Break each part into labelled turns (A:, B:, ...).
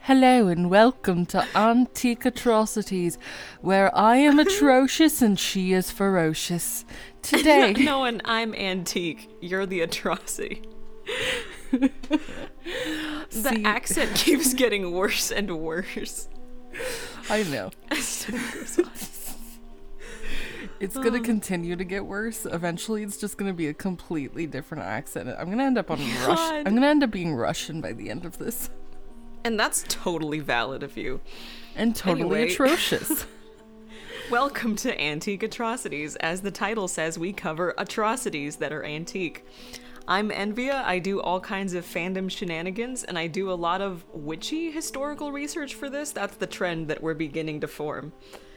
A: Hello and welcome to Antique Atrocities, where I am atrocious and she is ferocious. Today,
B: no, and I'm antique. You're the atrocity. the
A: See-
B: accent keeps getting worse and worse.
A: I know it's
B: Oh.
A: going to continue to get worse. Eventually, it's just going to be a completely different accent. I'm going to end up on Russian. I'm
B: God.
A: going to end up being Russian by the end of this,
B: and that's totally valid of you.
A: and totally
B: Anyway.
A: atrocious.
B: Welcome to Antique Atrocities. As the title says, we cover atrocities that are antique. I'm Envia. I do all kinds of fandom shenanigans, and I do a lot of witchy historical research for this. That's the trend that we're beginning to form.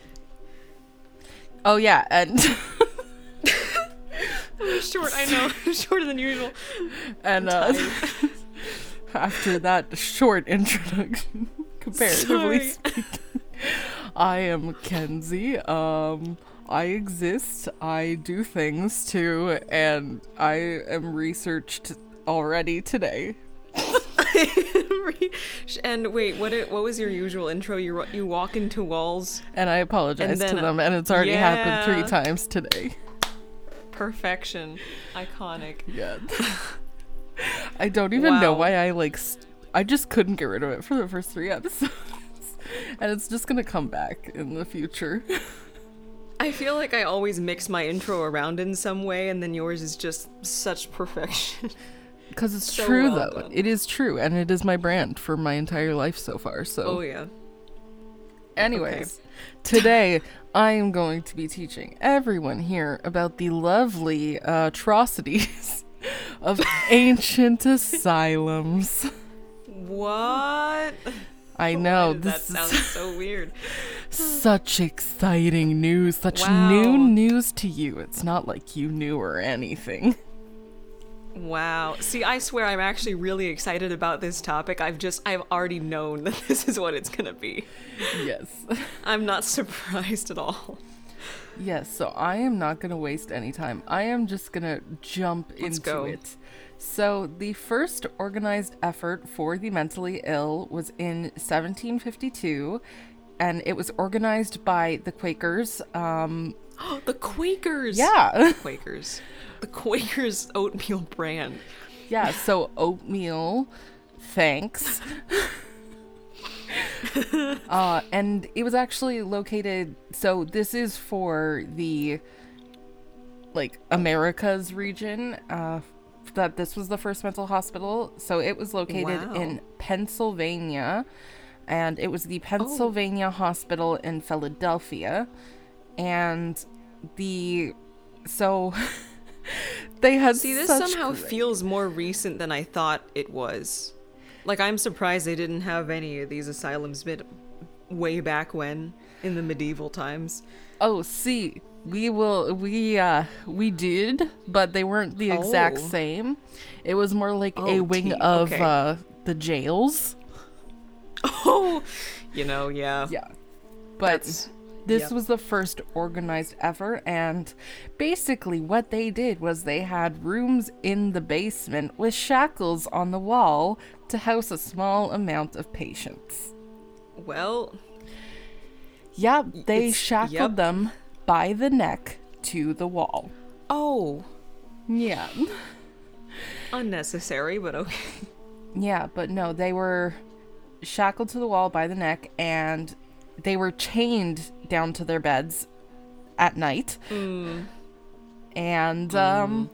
A: Oh yeah, and
B: Short, I know, shorter than usual.
A: and uh, after that short introduction, comparatively
B: Sorry.
A: I am Kenzie. Um, I exist. I do things too, and I am researched already today.
B: and wait, what? It, what was your usual intro? You ru- you walk into walls.
A: And I apologize to
B: then-
A: them, and it's already happened three
B: Yeah.
A: times today.
B: Perfection, iconic.
A: Yeah. I don't even know
B: Wow.
A: why I like. St- I just couldn't get rid of it for the first three episodes, and it's just gonna come back in the future.
B: I feel like I always mix my intro around in some way, and then yours is just such perfection.
A: Because it's
B: So
A: true,
B: well
A: though.
B: done.
A: It is true, and it is my brand for my entire life so far. So,
B: oh yeah.
A: anyways, today I am going to be teaching everyone here about the lovely uh, atrocities of ancient asylums.
B: What?
A: I
B: Why
A: know
B: did
A: Oh, this
B: that
A: is
B: sounds so weird.
A: such exciting news, such
B: Wow.
A: new news to you. It's not like you knew or anything.
B: Wow. See, I swear I'm actually really excited about this topic. I've just I've already known that this is what it's gonna be.
A: yes.
B: I'm not surprised at all.
A: Yes, so I am not going to waste any time. I am just going to jump
B: Let's
A: into
B: go.
A: it. So, the first organized effort for the mentally ill was in 1752, and it was organized by the Quakers. Um,
B: the Quakers.
A: yeah.
B: Quakers. The Quakers oatmeal brand.
A: yeah, so oatmeal, thanks. uh, and it was actually located, so this is for the like Americas region. Uh, that this was the first mental hospital, so it was located
B: Wow.
A: in Pennsylvania, and it was the Pennsylvania
B: Oh.
A: Hospital in Philadelphia, and the so they had
B: See, this
A: such
B: somehow
A: great-
B: feels more recent than I thought it was. Like I'm surprised they didn't have any of these asylums mid way back when in the medieval times.
A: Oh, see, we will we uh we did, but they weren't the exact
B: Oh.
A: same. It was more like a
B: Oh,
A: wing
B: tea,
A: of
B: okay.
A: uh the jails.
B: Oh, you know, yeah.
A: Yeah. But
B: That's-
A: this
B: yep.
A: was the first organized ever and basically what they did was they had rooms in the basement with shackles on the wall to house a small amount of patients.
B: Well,
A: Yep, they
B: it's-
A: shackled
B: yep.
A: them by the neck to the wall.
B: oh,
A: Yeah.
B: unnecessary, but okay.
A: Mm-hmm. Yeah, but no, they were shackled to the wall by the neck and they were chained down to their beds at night.
B: Mm.
A: And um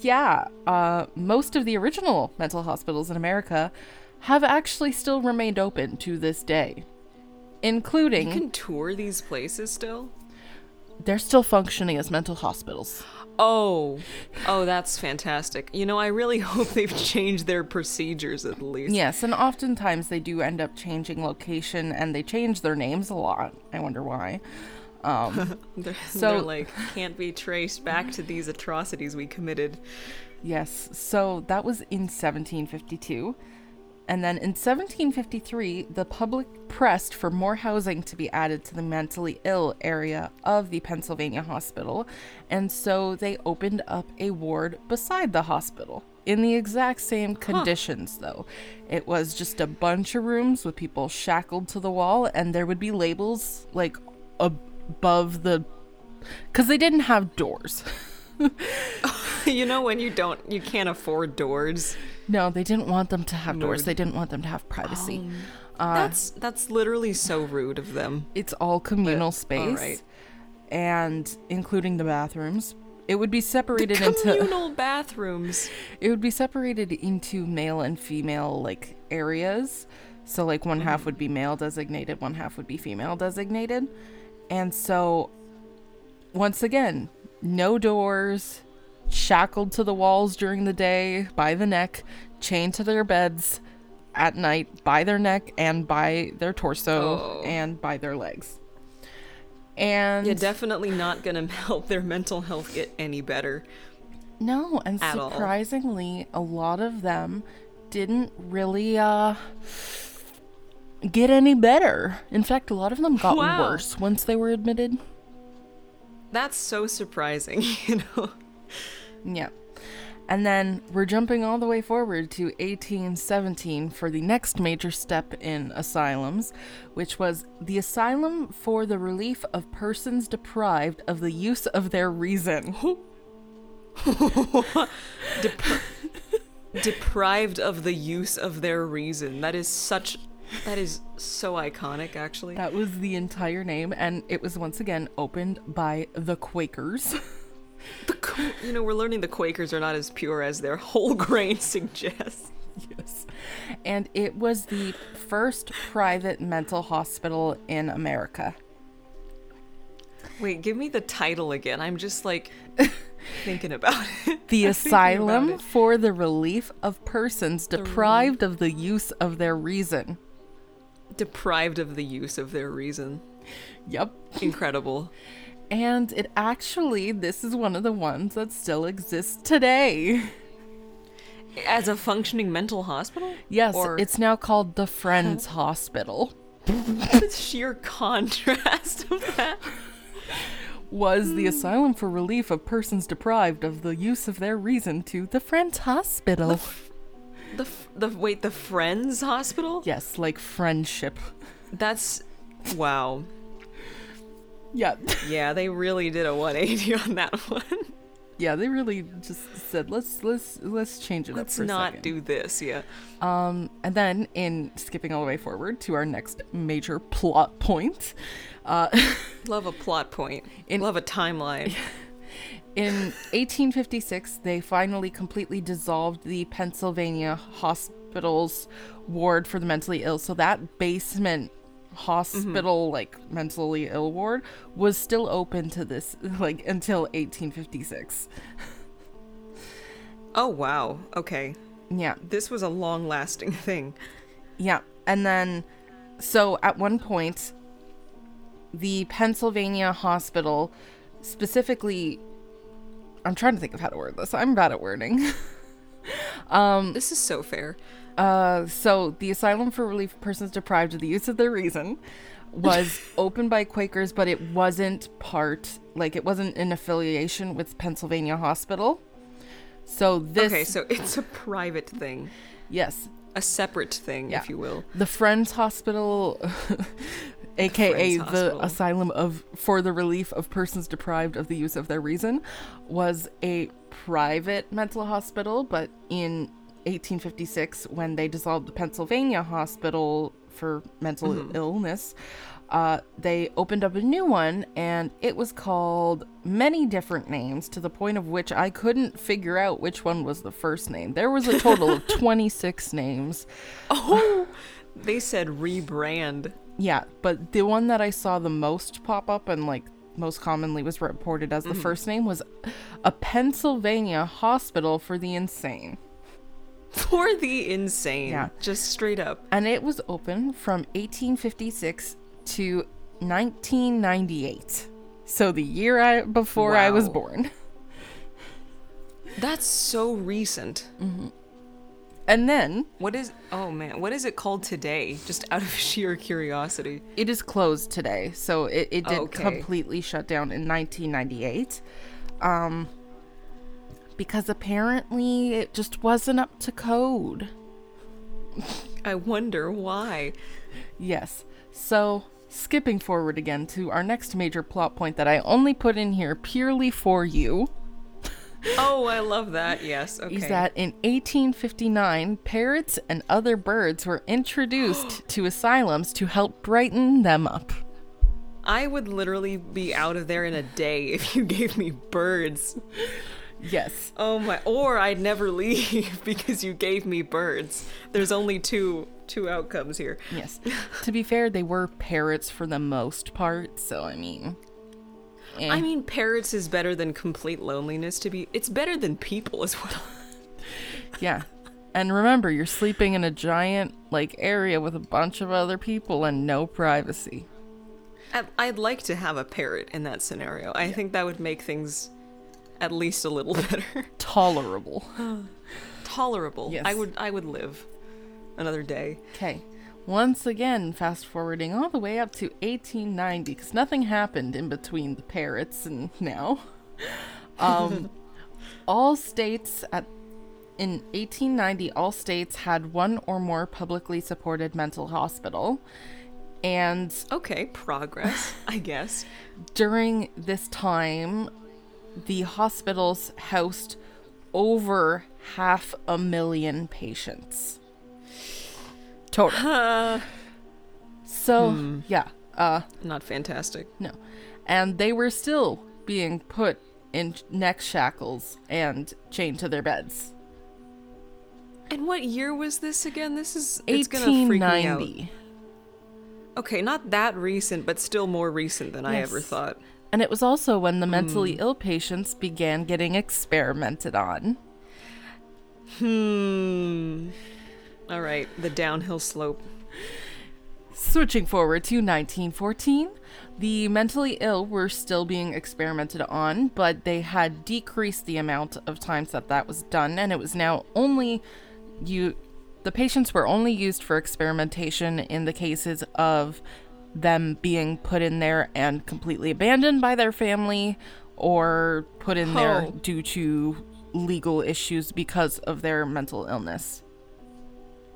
A: yeah, uh most of the original mental hospitals in America have actually still remained open to this day. Including
B: You can tour these places still?
A: they're still functioning as mental hospitals.
B: Oh, oh, that's fantastic. You know, I really hope they've changed their procedures at least.
A: Yes, and oftentimes they do end up changing location and they change their names a lot. I wonder why. Um,
B: They're,
A: So-
B: they're like, can't be traced back to these atrocities we committed.
A: Yes, so that was in 1752. And then in 1753, the public pressed for more housing to be added to the mentally ill area of the Pennsylvania hospital, and so they opened up a ward beside the hospital. In the exact same conditions, though. It was just a bunch of rooms with people shackled to the wall, and there would be labels like above the. Because they didn't have doors.
B: you know when you don't you can't afford doors.
A: No, they didn't want them to have doors. They didn't want them to have privacy. Uh,
B: that's that's literally so rude of them.
A: It's all communal space,
B: alright.
A: and including the bathrooms. It would be separated into
B: Communal bathrooms.
A: it would be separated into male and female like areas. So like one half would be male designated, one half would be female designated. And so once again, no doors, shackled to the walls during the day by the neck, chained to their beds at night by their neck and by their torso
B: Oh.
A: and by their legs. And
B: You're definitely not gonna help their mental health get any better.
A: No, and
B: at all.
A: surprisingly, a lot of them didn't really uh, get any better. In fact, a lot of them got
B: Wow.
A: worse once they were admitted.
B: That's so surprising, you know.
A: Yeah. And then we're jumping all the way forward to 1817 for the next major step in asylums, which was the Asylum for the Relief of Persons Deprived of the Use of Their Reason.
B: Dep- deprived of the use of their reason. That is such that is so iconic actually.
A: That was the entire name, and it was once again opened by the Quakers.
B: The Qu- you know, we're learning the Quakers are not as pure as their whole grain suggests.
A: Yes. And it was the first private mental hospital in America.
B: Wait, give me the title again. I'm just like thinking about it.
A: The
B: I'm thinking about
A: Asylum
B: it.
A: for the Relief of Persons Deprived of the Use of Their Reason.
B: Deprived of the use of their reason.
A: Yep.
B: Incredible.
A: And it actually, this is one of the ones that still exists today.
B: As a functioning mental hospital?
A: Yes,
B: Or
A: it's now called the Friends Hospital.
B: the sheer contrast of that.
A: Was
B: Hmm.
A: the Asylum for Relief of Persons Deprived of the Use of Their Reason to the Friends Hospital.
B: The, f- the wait, the Friends Hospital?
A: yes, like friendship.
B: That's wow.
A: Yeah.
B: Yeah, they really did a 180 on that one.
A: Yeah, they really just said let's let's let's change it up
B: Let's
A: for a
B: not
A: second."
B: do this. Yeah.
A: Um, and then in skipping all the way forward to our next major plot point, uh,
B: Love a plot point.
A: In-
B: Love a timeline.
A: in 1856 they finally completely dissolved the Pennsylvania hospital's ward for the mentally ill. So that basement hospital
B: Mm-hmm.
A: like mentally ill ward was still open to this like until 1856.
B: Oh wow. Okay.
A: Yeah.
B: This was a long-lasting thing.
A: Yeah. And then, so at one point, the Pennsylvania hospital specifically, I'm trying to think of how to word this. I'm bad at wording. Mm.
B: This is so fair.
A: Uh, so the Asylum for Relief of Persons Deprived of the Use of Their Reason was opened by Quakers, but it wasn't part, like, it wasn't in affiliation with Pennsylvania Hospital. So this,
B: Okay, so it's a private thing,
A: yes,
B: a separate thing,
A: Yeah.
B: if you will.
A: the Friends Hospital, aka
B: Friends
A: the
B: Hospital.
A: Asylum of for the Relief of Persons Deprived of the Use of Their Reason, was a private mental hospital. But in 1856, when they dissolved the Pennsylvania Hospital for Mental
B: Mm-hmm.
A: Illness, uh, they opened up a new one, and it was called many different names to the point of which I couldn't figure out which one was the first name. There was a total of 26 names.
B: Oh, they said rebrand.
A: Yeah, but the one that I saw the most pop up and like most commonly was reported as the
B: Mm-hmm.
A: first name was a Pennsylvania hospital for the insane.
B: For the insane.
A: Yeah.
B: Just straight up.
A: And it was open from 1856 to 1998. So the year I before I was
B: Wow.
A: born. Mm.
B: That's so recent.
A: And then
B: What is oh man, what is it called today? Just out of sheer curiosity.
A: it is closed today, so it, it did
B: Okay.
A: completely shut down in 1998. Um, because apparently it just wasn't up to code.
B: I wonder why.
A: Yes. So, skipping forward again to our next major plot point that I only put in here purely for you
B: Oh, I love that. Yes. Okay.
A: is that in 1859, parrots and other birds were introduced to asylums to help brighten them up.
B: I would literally be out of there in a day if you gave me birds.
A: Yes.
B: Oh my or I'd never leave because you gave me birds. There's only two two outcomes here.
A: Yes. to be fair, they were parrots for the most part, so I mean. eh.
B: I mean parrots is better than complete loneliness to be it's better than people as well.
A: Yeah. And remember, you're sleeping in a giant, like, area with a bunch of other people and no privacy.
B: I- I'd like to have a parrot in that scenario. I think that would make things at least a little better.
A: Tolerable.
B: Tolerable.
A: Yes.
B: I would I would live another day.
A: Okay. Once again, fast forwarding all the way up to 1890, because nothing happened in between the parrots and now. Um, all states at in 1890, all states had one or more publicly supported mental hospital. And
B: Okay, progress, I guess.
A: during this time, the hospitals housed over half a million patients. Total.
B: Uh,
A: So,
B: Hmm.
A: yeah, uh,
B: not fantastic.
A: no. And they were still being put in neck shackles and chained to their beds.
B: And what year was this again? This is it's gonna freak me out.
A: 1890.
B: Okay, not that recent, but still more recent than I ever
A: Yes.
B: thought.
A: And it was also when the
B: Hmm.
A: mentally ill patients began getting experimented on.
B: Hmm. All right, the downhill slope.
A: Switching forward to 1914, the mentally ill were still being experimented on, but they had decreased the amount of times that that was done, and it was now only you. The patients were only used for experimentation in the cases of them being put in there and completely abandoned by their family or put in there
B: Oh.
A: due to legal issues because of their mental illness.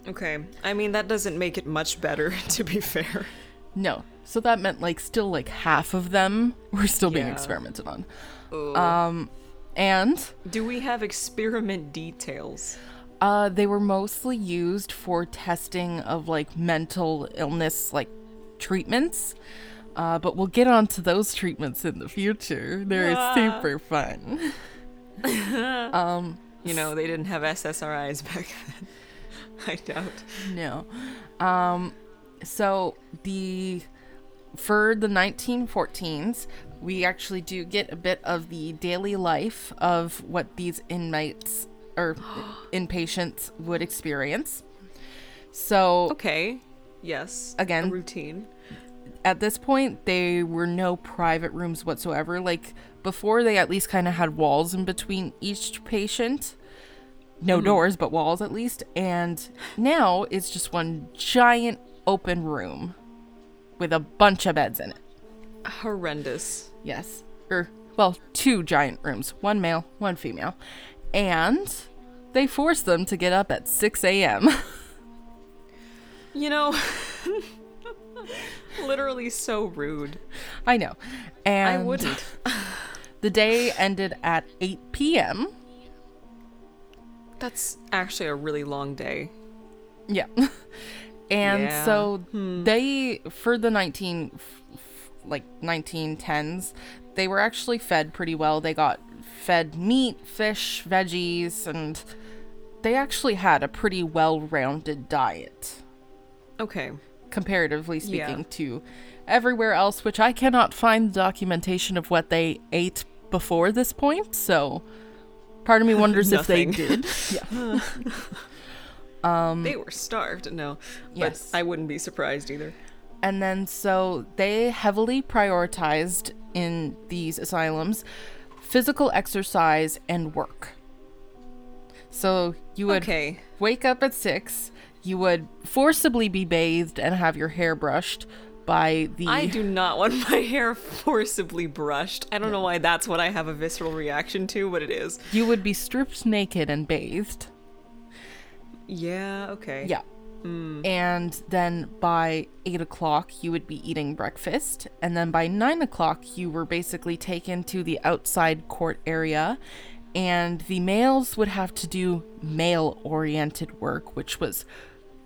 B: Okay, I mean that doesn't make it much better, to be fair.
A: No. So that meant like still like half of them were still being
B: Yeah.
A: experimented on.
B: Ooh.
A: Um and
B: Do we have experiment details?
A: uh they were mostly used for testing of like mental illness like treatments. Uh, but we'll get onto those treatments in the future. They're
B: Ah.
A: super fun. um
B: You know, they didn't have SSRIs back then. I doubt.
A: no. Um, so the for the 1914s, we actually do get a bit of the daily life of what these inmates or inpatients would experience. So
B: Okay. Yes.
A: Again.
B: a routine.
A: at this point, they were no private rooms whatsoever. Like before, they at least kind of had walls in between each patient. No doors, but walls at least. And now it's just one giant open room with a bunch of beds in it.
B: Horrendous.
A: Yes. Or, well, two giant rooms one male, one female. And they force them to get up at 6 a.m.
B: You know, literally so rude.
A: I know. And
B: I wouldn't.
A: the day ended at 8 p.m.
B: That's actually a really long day.
A: Yeah. And
B: Yeah.
A: so
B: Hmm.
A: they for the 19 f- f- like 1910s, they were actually fed pretty well. They got fed meat, fish, veggies and they actually had a pretty well-rounded diet
B: Okay.
A: comparatively
B: Yeah.
A: speaking to everywhere else which I cannot find documentation of what they ate before this point. So part of me wonders if they
B: Nothing.
A: did. Yeah.
B: they were starved. No.
A: Yes.
B: But I wouldn't be surprised either.
A: And then so they heavily prioritized in these asylums physical exercise and work. So you would
B: Okay.
A: wake up at six. You would forcibly be bathed and have your hair brushed by the.
B: I do not want my hair forcibly brushed. I don't know why that's what I have a visceral reaction to, but it is.
A: You would be stripped naked and bathed.
B: Yeah, okay.
A: Yeah. And then by eight o'clock, you would be eating breakfast. And then by nine o'clock, you were basically taken to the outside court area. And the males would have to do male oriented work, which was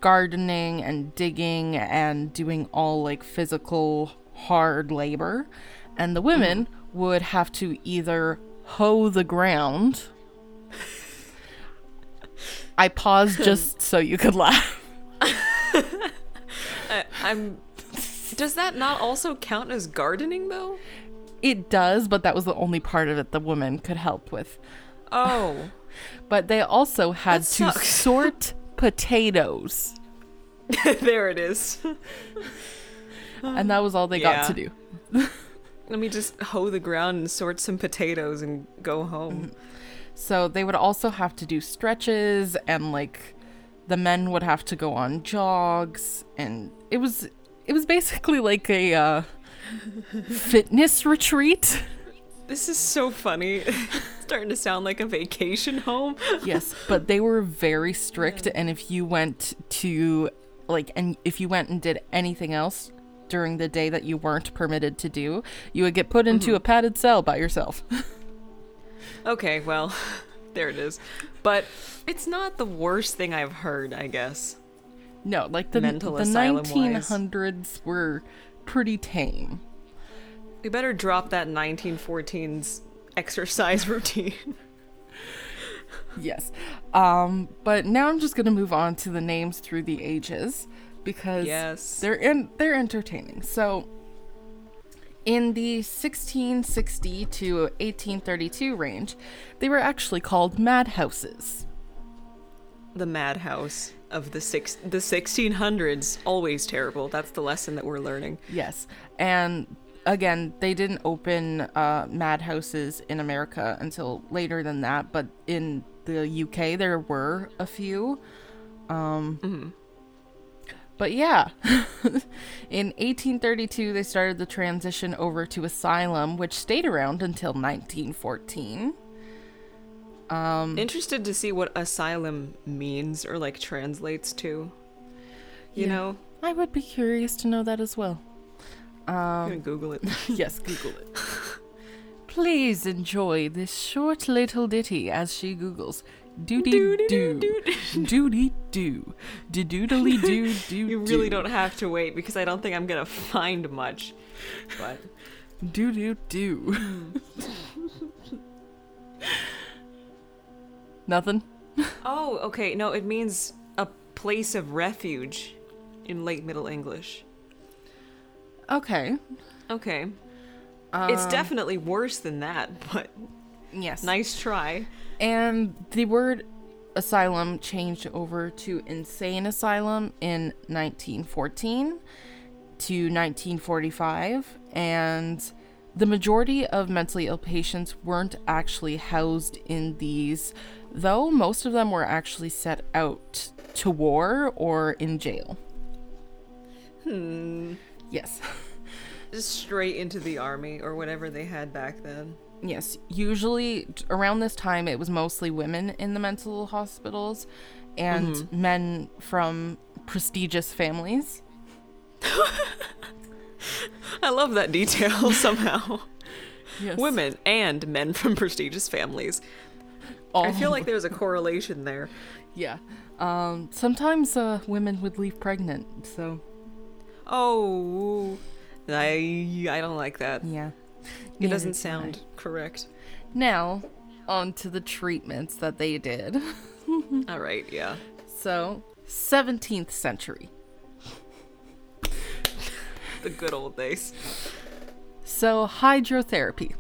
A: gardening and digging and doing all like physical hard labor. And the women would have to either hoe the ground. I paused just so you could laugh.
B: I'm Does that not also count as gardening though?
A: It does, but that was the only part of it the woman could help with.
B: Oh.
A: But they also had
B: That
A: to
B: sucks.
A: sort potatoes,
B: there it is.
A: and that was all they got to
B: Yeah.
A: do.
B: Let me just hoe the ground and sort some potatoes and go home.
A: So they would also have to do stretches, and like the men would have to go on jogs, and it was it was basically like a uh, fitness retreat.
B: This is so funny. It's starting to sound like a vacation home.
A: yes, but they were very strict, and if you went to like, and if you went and did anything else during the day that you weren't permitted to do, you would get put into a padded cell by yourself.
B: Okay, well, there it is. But it's not the worst thing I've heard, I guess.
A: no, like the
B: Mental
A: the
B: asylum-wise.
A: nineteen hundreds were pretty tame.
B: We better drop that 1914's exercise routine.
A: Yes, um, but now I'm just gonna move on to the names through the ages because
B: Yes.
A: they're in they're entertaining. So. in the 1660 to 1832 range, they were actually called madhouses.
B: the madhouse of the six the 1600s always terrible. That's the lesson that we're learning.
A: Yes. And again, they didn't open uh, madhouses in America until later than that, but in the UK, there were a few. Um, But yeah, in 1832, they started the transition over to asylum, which stayed around until 1914.
B: Interested to see what asylum means or like translates to. You know,
A: I would be curious to know that as well.
B: I'm gonna Google it.
A: Yes, Google it. Please enjoy this short little ditty as she Googles doody doo doody doo do doodly doo doo.
B: You really don't have to wait because I don't think I'm gonna find much. But
A: do do do. Nothing.
B: oh, okay. No, it means a place of refuge in late Middle English.
A: Okay.
B: Okay. it's definitely worse than that, but
A: Yes.
B: nice try.
A: And the word asylum changed over to insane asylum in 1914 to 1945. And the majority of mentally ill patients weren't actually housed in these, though most of them were actually set out to war or in jail. Hmm. Yes.
B: Straight into the army or whatever they had back then.
A: Yes, usually t- around this time it was mostly women in the mental hospitals and men from prestigious families.
B: I love that detail somehow.
A: Yes.
B: Women and men from prestigious families.
A: All,
B: I feel like there's a correlation there.
A: yeah. Um sometimes uh women would leave pregnant, so
B: Oh, I I don't like that.
A: yeah.
B: It doesn't sound correct.
A: Now, on to the treatments that they did.
B: All right, yeah.
A: So, 17th century.
B: The good old days.
A: So, hydrotherapy.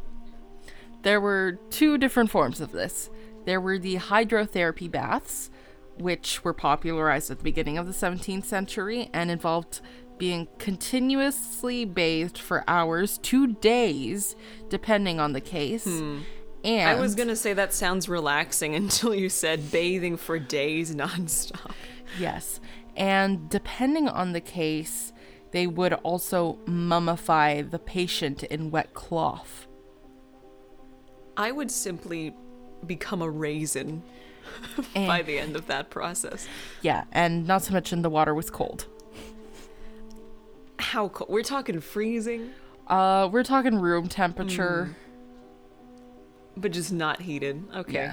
A: There were two different forms of this. There were the hydrotherapy baths, which were popularized at the beginning of the 17th century and involved being continuously bathed for hours to days, depending on the case. And
B: Hmm. I was gonna say that sounds relaxing until you said bathing for days nonstop.
A: Yes. And depending on the case, they would also mummify the patient in wet cloth.
B: I would simply become a raisin
A: And,
B: by the end of that process.
A: yeah, and not to mention the water was cold.
B: How cold? We're talking freezing,
A: Uh, we're talking room
B: Mm,
A: temperature.
B: but just not heated. Okay.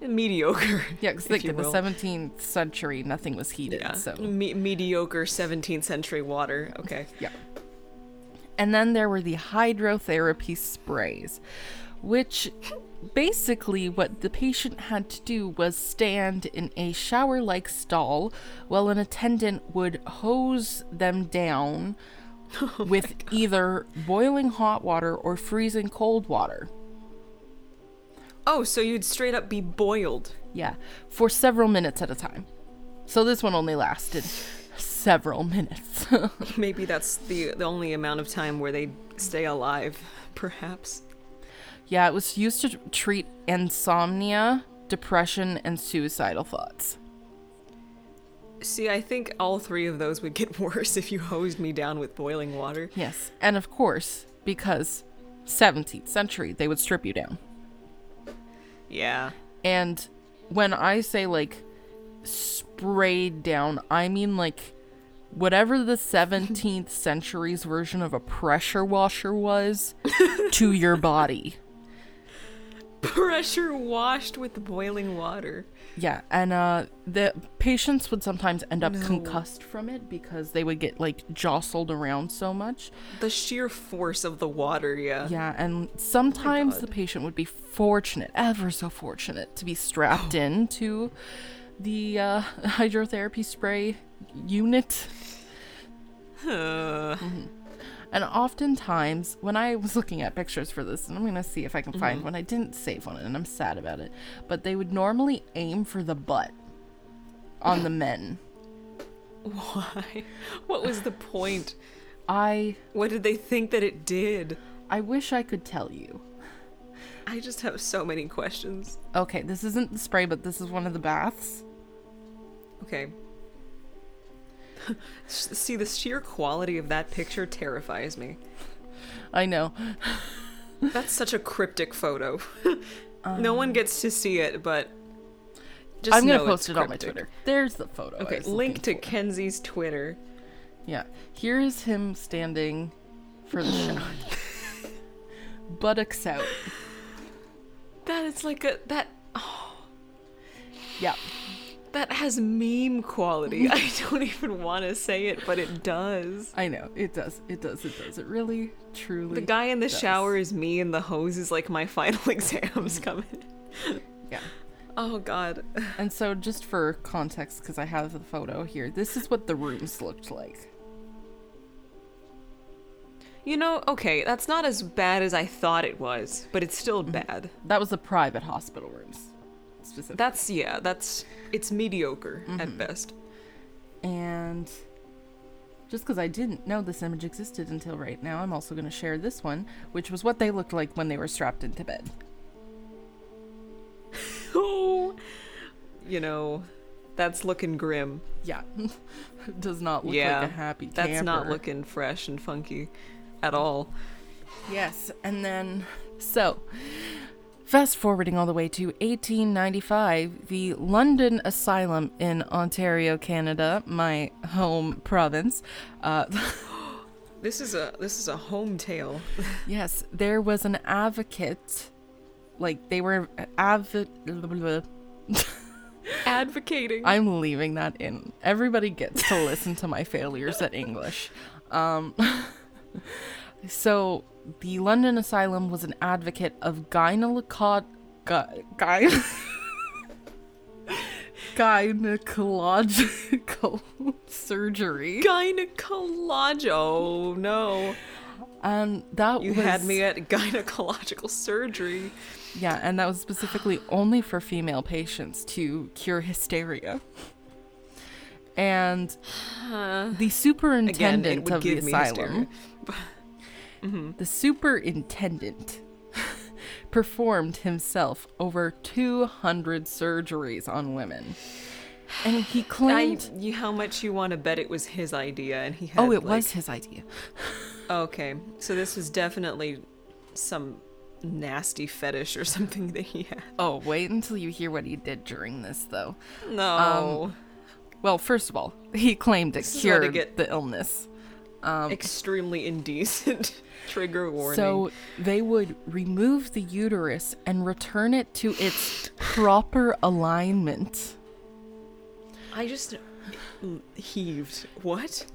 A: Yeah.
B: Mediocre.
A: Yeah, because
B: if
A: like
B: you
A: in the
B: will.
A: 17th century, nothing was heated.
B: Yeah.
A: So,
B: Me- mediocre 17th century water. Okay.
A: yeah. And then there were the hydrotherapy sprays, which basically what the patient had to do was stand in a shower like stall while an attendant would hose them down
B: Oh
A: with either boiling hot water or freezing cold water.
B: Oh, so you'd straight up be boiled.
A: Yeah, for several minutes at a time. So this one only lasted several minutes.
B: Maybe that's the, the only amount of time where they stay alive, perhaps.
A: yeah, it was used to treat insomnia, depression, and suicidal thoughts.
B: See, I think all three of those would get worse if you hosed me down with boiling water.
A: Yes, and of course, because 17th century, they would strip you down.
B: Yeah.
A: And when I say like sprayed down, I mean like whatever the 17th century's version of a pressure washer was to your body.
B: Pressure washed with boiling water.
A: Yeah, and uh, the patients would sometimes end up
B: No.
A: concussed from it because they would get like jostled around so much.
B: The sheer force of the water, yeah.
A: Yeah, and sometimes the
B: Uh, oh God.
A: patient would be fortunate, ever so fortunate, to be
B: Oh.
A: strapped into the uh, hydrotherapy spray unit.
B: Uh,
A: And oftentimes, when I was looking at pictures for this, and I'm gonna see if I can
B: Mm-hmm.
A: find one, I didn't save one, and I'm sad about it. But they would normally aim for the butt on the men.
B: why? What was the point?
A: I
B: What did they think that it did?
A: I wish I could tell you.
B: I just have so many questions.
A: Okay, this isn't the spray, but this is one of the baths.
B: Okay. S- See, the sheer quality of that picture terrifies me.
A: I know.
B: That's such a cryptic photo. no one gets to see it, but just
A: Um. I'm gonna
B: know
A: post
B: it's
A: it on my
B: cryptic.
A: Twitter. There's the photo. I
B: Okay,
A: was
B: link to
A: looking for.
B: Kenzie's Twitter.
A: Yeah, here is him standing for the shower. Buttocks out.
B: That is like a that
A: Yeah.
B: that has meme quality.
A: Mm-hmm.
B: I don't even want to say it, but it does.
A: I know. It does. It does. It does. It really, truly.
B: The guy in the
A: does.
B: shower is me, and the hose is like my final exams coming.
A: Yeah.
B: Oh God.
A: And so, just for context, because I have the photo here, this is what the rooms looked like.
B: You know, okay, that's not as bad as I thought it was, but it's still
A: Mm-hmm.
B: bad.
A: That was the private hospital rooms, specifically.
B: That's yeah, that's it's mediocre
A: Mm-hmm.
B: at best.
A: And just because I didn't know this image existed until right now, I'm also going to share this one, which was what they looked like when they were strapped into bed.
B: Oh, you know, that's looking grim.
A: Yeah. Does not look
B: yeah,
A: like a happy camper.
B: that's not looking fresh and funky at all.
A: Yes. And then, so, fast forwarding all the way to 1895, the London Asylum in Ontario, Canada, my home province, uh,
B: This is a this is a home tale.
A: Yes, there was an advocate. Like they were adv.
B: Advocating.
A: I'm leaving that in. Everybody gets to listen to my failures at English. Um, so the London Asylum was an advocate of gynecological gy- gynecological surgery,
B: gynecolog. Oh no,
A: and that
B: you
A: was
B: had me at gynecological surgery.
A: Yeah, and that was specifically only for female patients to cure hysteria. And
B: Uh,
A: the
B: again,
A: superintendent
B: it would
A: of the
B: give me hysteria.
A: asylum, the superintendent, performed himself over 200 surgeries on women. And he
B: I,
A: claimed.
B: you, how much you want to bet it was his idea, and he had.
A: oh, it
B: like-
A: was his idea.
B: Okay, so this was definitely some nasty fetish or something that he had.
A: Oh, wait until you hear what he did during this, though.
B: No,
A: Well, first of all, he claimed it
B: is where they
A: cured
B: get-
A: the illness. Um,
B: extremely indecent. Trigger warning.
A: So they would remove the uterus and return it to its proper alignment.
B: I just heaved. What?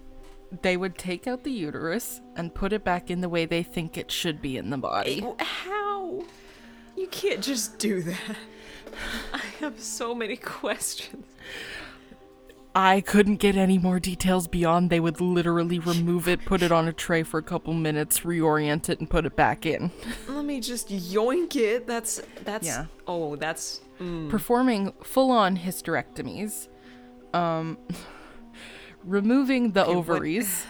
A: They would take out the uterus and put it back in the way they think it should be in the body.
B: Wh- How? You can't just do that. I have so many questions.
A: I couldn't get any more details beyond they would literally remove it, put it on a tray for a couple minutes, reorient it, and put it back in.
B: Let me just yoink it. That's that's.
A: Yeah.
B: Oh, that's. Mm.
A: Performing full on hysterectomies, um, removing the
B: what-
A: ovaries.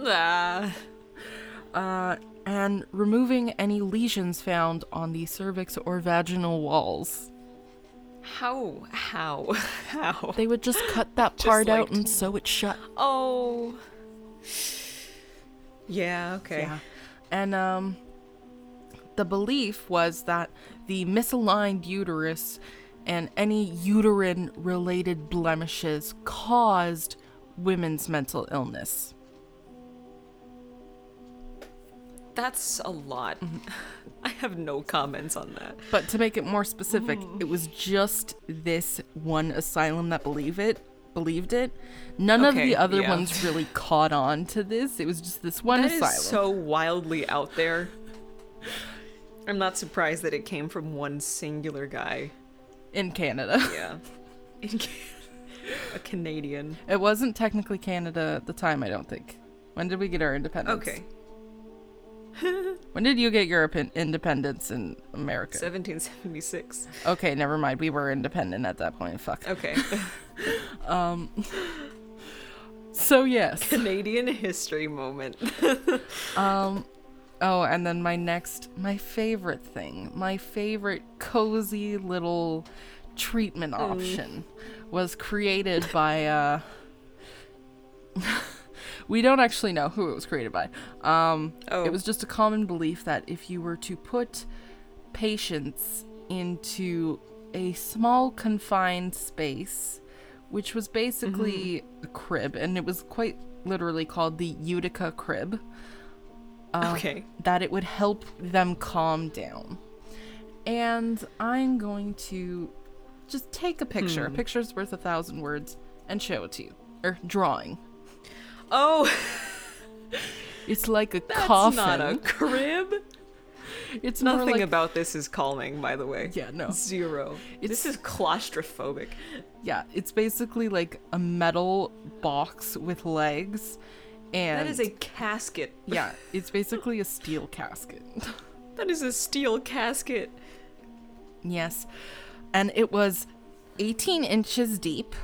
B: Ah.
A: uh, and removing any lesions found on the cervix or vaginal walls.
B: How? How? How?
A: They would just cut that part out
B: like-
A: and sew it shut.
B: Oh. Yeah. Okay.
A: And um, the belief was that the misaligned uterus and any uterine related blemishes caused women's mental illness.
B: That's a lot. I have no comments on that.
A: But to make it more specific, it was just this one asylum that believe it believed it. None of
B: Okay,
A: the other
B: yeah.
A: ones really caught on to this. It was just this one
B: That is
A: asylum.
B: so wildly out there. I'm not surprised that it came from one singular guy.
A: in Canada.
B: Yeah. In Ca- a Canadian.
A: It wasn't technically Canada at the time, I don't think. When did we get our independence?
B: Okay.
A: When did you get your epin- independence in America?
B: 1776.
A: Okay, never mind. We were independent at that point. Fuck.
B: Okay.
A: So, yes.
B: Canadian history moment.
A: Um oh, and then my next my favorite thing, my favorite cozy little treatment option was created by uh we don't actually know who it was created by. Um
B: Oh.
A: it was just a common belief that if you were to put patients into a small confined space which was basically
B: Mm-hmm.
A: a crib and it was quite literally called the Utica crib
B: okay.
A: that it would help them calm down. And I'm going to just take a picture.
B: Hmm.
A: A picture's worth a thousand words and show it to you. Or drawing.
B: Oh,
A: It's like a
B: that's
A: coffin.
B: not a crib.
A: it's more
B: Nothing
A: like-
B: about this is calming, by the way.
A: Yeah, no.
B: Zero.
A: It's-
B: This is claustrophobic.
A: Yeah, it's basically like a metal box with legs and
B: That is a casket.
A: yeah, it's basically a steel casket.
B: That is a steel casket.
A: Yes. And it was 18 inches deep,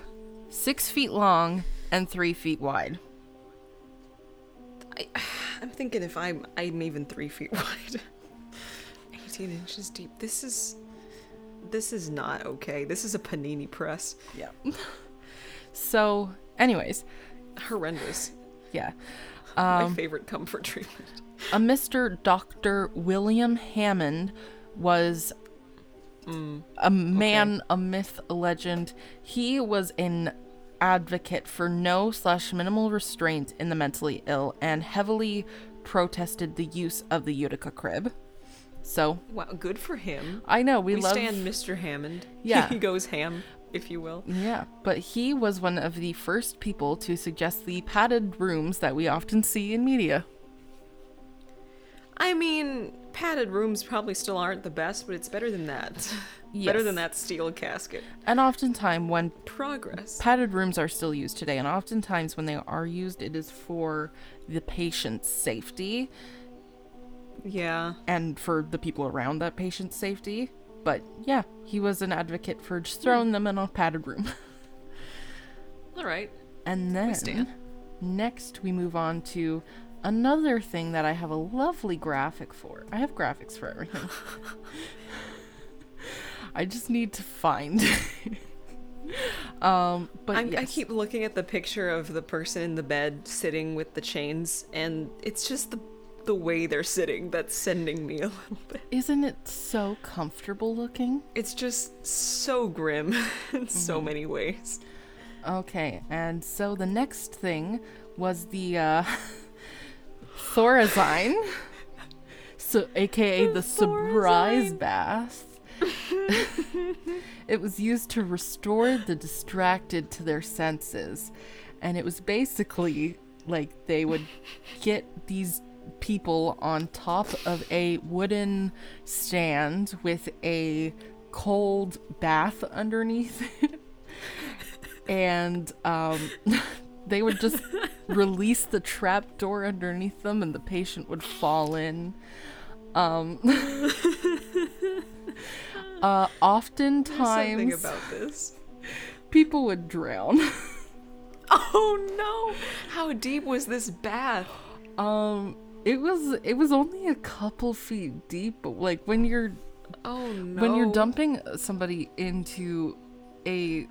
A: 6 feet long, and 3 feet wide.
B: I, I'm thinking if I'm I'm even three feet wide, eighteen inches deep. This is this is not okay. This is a panini press.
A: Yeah. So, anyways,
B: Horrendous.
A: yeah.
B: My favorite comfort treatment.
A: A Mr. Dr. William Hammond was
B: Mm.
A: a man, a myth, a legend. He was an advocate for no slash minimal restraint in the mentally ill and heavily protested the use of the Utica crib. So,
B: Wow, good for him.
A: I know we,
B: We
A: love
B: stand Mr. Hammond.
A: Yeah.
B: he goes ham, if you will.
A: Yeah, but he was one of the first people to suggest the padded rooms that we often see in media.
B: I mean, padded rooms probably still aren't the best, but it's better than that. Better than
A: Yes.
B: that steel casket.
A: And oftentimes when
B: Progress.
A: padded rooms are still used today and oftentimes when they are used it is for the patient's safety
B: Yeah.
A: and for the people around that patient's safety. But yeah, he was an advocate for just throwing them in a padded room.
B: All right.
A: And then
B: stand.
A: next we move on to Another thing that I have a lovely graphic for. I have graphics for everything. I just need to find. um, but
B: I'm, I
A: yes.
B: keep looking at the picture of the person in the bed sitting with the chains, and it's just the the way they're sitting that's sending me a little bit.
A: isn't it so comfortable looking?
B: It's just so grim in so
A: Mm-hmm.
B: many ways.
A: Okay, and so the next thing was the uh, Thorazine, so aka the surprise bath. it was used to restore the distracted to their senses, and it was basically like they would get these people on top of a wooden stand with a cold bath underneath it and um, they would just release the trap door underneath them, and the patient would fall in. Um, uh,
B: Something
A: oftentimes,
B: about this.
A: people would drown.
B: Oh no! How deep was this bath?
A: um, it was it was only a couple feet deep, but like when you're
B: Oh no!
A: when you're dumping somebody into a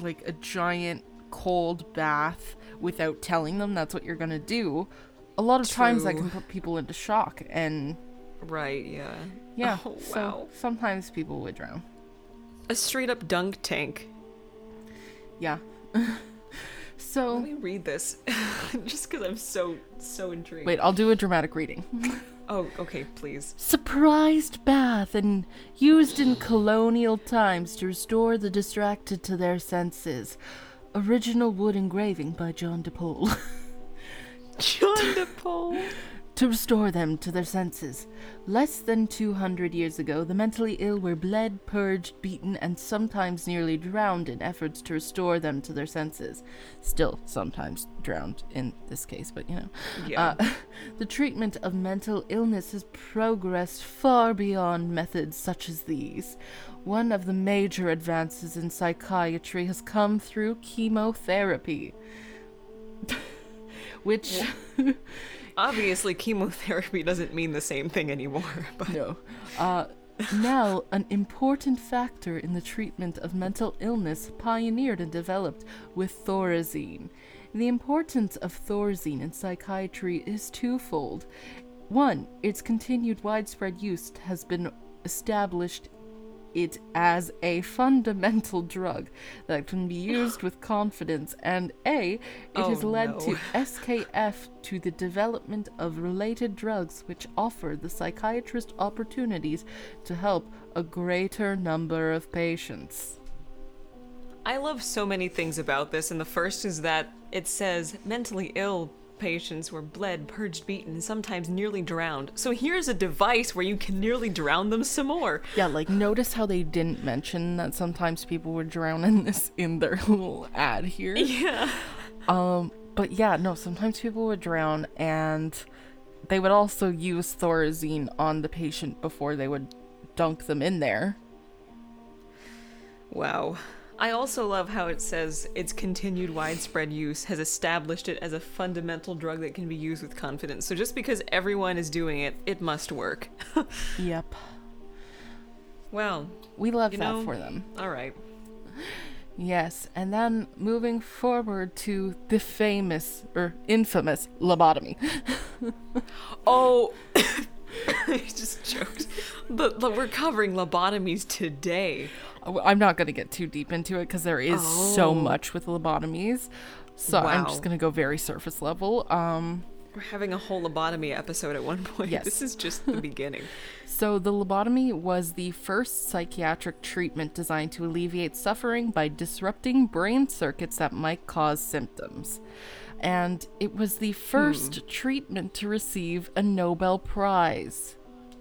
A: like a giant cold bath without telling them that's what you're gonna do a lot of times that
B: True.
A: can put people into shock and
B: right? Yeah.
A: yeah
B: Oh,
A: so
B: wow.
A: sometimes people would drown
B: A straight up dunk tank.
A: yeah so
B: Let me read this, just because I'm so so intrigued.
A: wait i'll do a dramatic reading
B: Oh, okay. Please.
A: surprised bath and used in colonial times to restore the distracted to their senses original wood engraving by john depaul
B: John DePaul.
A: to restore them to their senses. Less than 200 years ago, the mentally ill were bled, purged, beaten, and sometimes nearly drowned in efforts to restore them to their senses. Still, sometimes drowned in this case, but you know.
B: Yeah.
A: Uh, the treatment of mental illness has progressed far beyond methods such as these. One of the major advances in psychiatry has come through chemotherapy. Which.
B: Obviously, chemotherapy doesn't mean the same thing anymore. But
A: No. Uh, now, an important factor in the treatment of mental illness pioneered and developed with thorazine. The importance of thorazine in psychiatry is twofold. One, its continued widespread use has been established it as a fundamental drug that can be used with confidence, and A, it has
B: Oh,
A: led to
B: no.
A: SKF to the development of related drugs which offer the psychiatrist opportunities to help a greater number of patients.
B: I love so many things about this, and the first is that it says mentally ill patients were bled, purged, beaten, and sometimes nearly drowned. So here's a device where you can nearly drown them some more.
A: Yeah, like notice how they didn't mention that sometimes people were drowning this in their little ad here.
B: Yeah.
A: Um, but yeah, no, sometimes people would drown and they would also use thorazine on the patient before they would dunk them in there.
B: Wow. I also love how it says its continued widespread use has established it as a fundamental drug that can be used with confidence. So just because everyone is doing it, it must work.
A: Yep.
B: well,
A: We love
B: You
A: that
B: know-
A: for them.
B: all right.
A: Yes, and then moving forward to the famous or infamous lobotomy.
B: Oh, I just joked. The, the, we're covering lobotomies today.
A: Oh, I'm not going to get too deep into it because there is so
B: Oh.
A: much with lobotomies. So I'm just
B: Wow.
A: going to go very surface level. Um,
B: We're having a whole lobotomy episode at one point.
A: Yes.
B: This is just the beginning.
A: So, the lobotomy was the first psychiatric treatment designed to alleviate suffering by disrupting brain circuits that might cause symptoms. And it was the
B: Hmm.
A: first treatment to receive a Nobel Prize.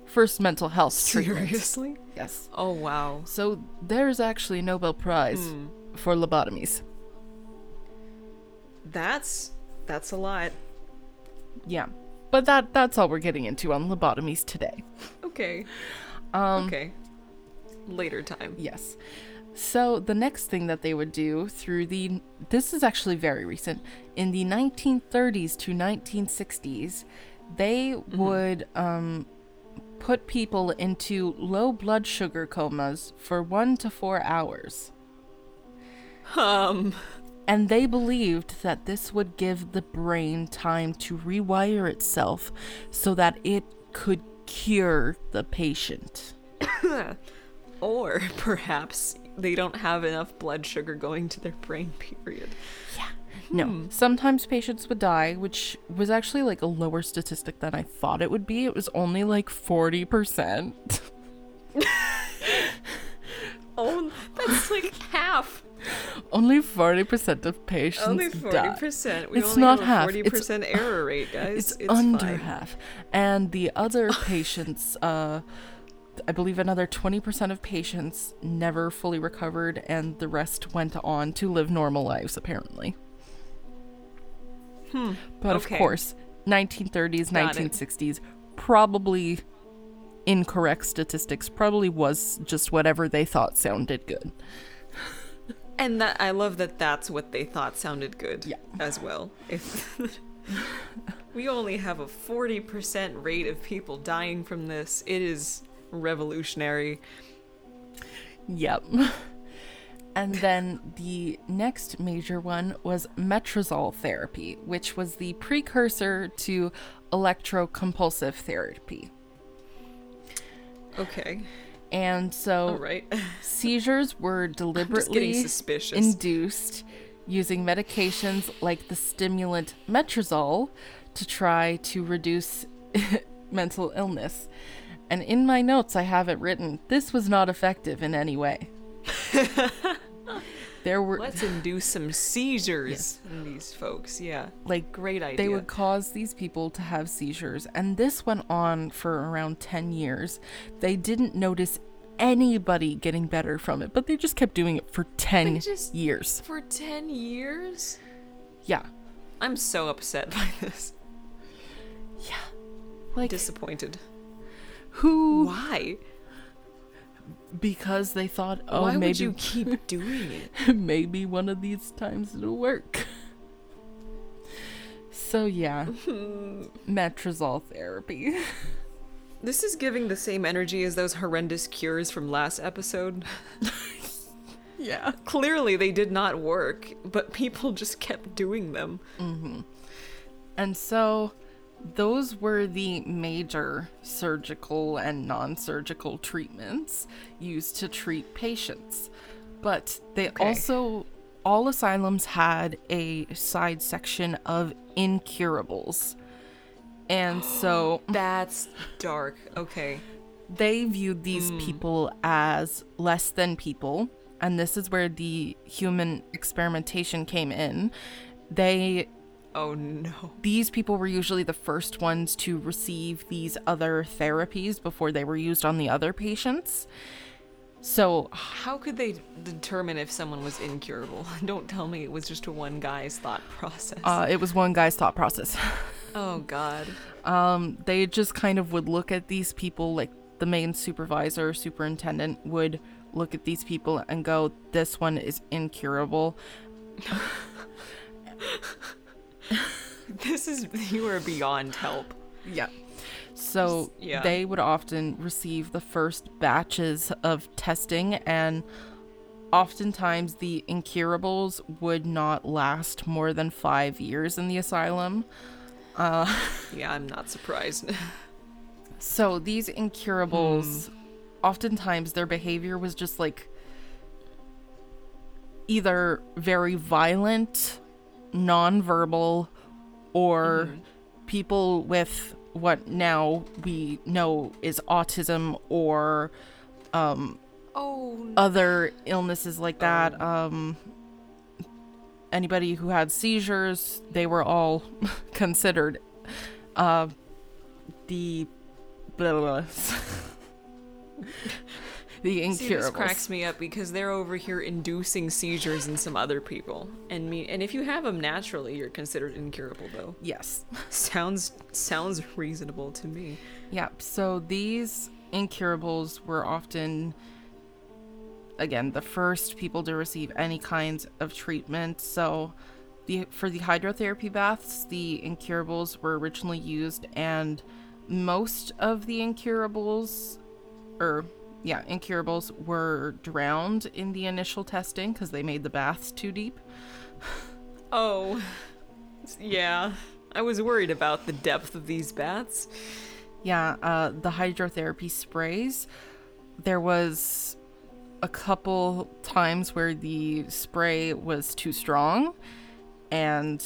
A: First mental health treatment.
B: Seriously?
A: Yes.
B: Oh, wow.
A: So, there's actually a Nobel Prize
B: Hmm.
A: for lobotomies.
B: That's that's a lot.
A: Yeah. But that that's all we're getting into on lobotomies today.
B: Okay.
A: Um,
B: okay. Later time.
A: Yes. So the next thing that they would do through the this is actually very recent in the 1930s to 1960s, they would um, put people into low blood sugar comas for one to four hours,
B: Um,
A: and they believed that this would give the brain time to rewire itself so that it could cure the patient.
B: or perhaps they don't have enough blood sugar going to their brain. Period.
A: No.
B: Hmm.
A: Sometimes patients would die, which was actually like a lower statistic than I thought it would be. It was only like 40%.
B: Oh, that's like half.
A: only 40% of patients
B: Only
A: die.
B: forty percent. We
A: It's
B: only
A: not
B: have
A: half.
B: a forty
A: It's-
B: percent error rate, guys.
A: It's, under
B: fine.
A: half. And the other patients, uh, I believe another 20% of patients never fully recovered, and the rest went on to live normal lives, apparently. But
B: Hmm, okay.
A: of course, 1930s,
B: Got it.
A: 1960s, probably incorrect statistics, probably was just whatever they thought sounded good.
B: And that I love that that's what they thought sounded good
A: Yeah.
B: as well. If we only have a 40% rate of people dying from this, it is revolutionary.
A: Yep. And then the next major one was metrazol therapy, which was the precursor to electroconvulsive therapy.
B: Okay.
A: And so
B: All Oh, right.
A: seizures were
B: Just getting
A: deliberately
B: suspicious.
A: induced using medications like the stimulant metrazol to try to reduce mental illness. And in my notes, I have it written this was not effective in any way. there were
B: Let's induce some seizures in these folks. Yeah.
A: like
B: Great idea.
A: they would cause these people to have seizures and this went on for around 10 years they didn't notice anybody getting better from it but they just kept doing it for 10
B: They just-
A: years
B: For 10 years?
A: yeah
B: I'm so upset by this.
A: like
B: Disappointed.
A: who
B: Why?
A: because they thought oh
B: Why would
A: maybe
B: you keep doing it?
A: maybe one of these times it'll work so yeah metrazol therapy
B: This is giving the same energy as those horrendous cures from last episode.
A: yeah
B: Clearly, they did not work, but people just kept doing them.
A: And so those were the major surgical and non surgical treatments used to treat patients. But they
B: Okay.
A: also, all asylums had a side section of incurables. And so
B: That's dark. Okay.
A: they viewed these people as less than people and this is where the human experimentation came in they
B: Oh no.
A: these people were usually the first ones to receive these other therapies before they were used on the other patients. So,
B: How could they determine if someone was incurable? Don't tell me it was just one guy's thought process.
A: uh, it was one guy's thought process.
B: oh god.
A: um, they just kind of would look at these people, like the main supervisor, superintendent would look at these people and go, This one is incurable.
B: This is. You are beyond help.
A: Yeah. So
B: yeah.
A: they would often receive the first batches of testing, and oftentimes the incurables would not last more than five years in the asylum.
B: Yeah, I'm not surprised.
A: So these incurables, oftentimes their behavior was just like either very violent, nonverbal, or people with what now we know is autism or
B: oh
A: other illnesses like that. Um, anybody who had seizures, they were all considered uh, the blah, blah, blah. the
B: See, this
A: incurables.
B: cracks me up because they're over here inducing seizures in some other people, and me. And if you have them naturally, you're considered incurable, though.
A: yes.
B: Sounds sounds reasonable to me.
A: Yep. So these incurables were often again the first people to receive any kinds of treatment. So, the for the hydrotherapy baths, the incurables were originally used, and most of the incurables, or yeah, incurables were drowned in the initial testing because they made the baths too deep.
B: Oh, yeah. I was worried about the depth of these baths.
A: Yeah, uh, the hydrotherapy sprays. There was a couple times where the spray was too strong, and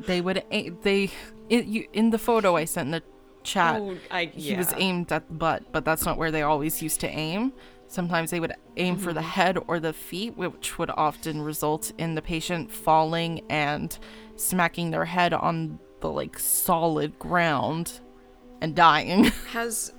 A: they would a- they in, you, in the photo I sent in the chat.
B: Oh, I,
A: He was
B: yeah.
A: aimed at the butt, but that's not where they always used to aim. Sometimes they would aim for the
B: Mm-hmm.
A: head or the feet, which would often result in the patient falling and smacking their head on the like solid ground and dying.
B: Has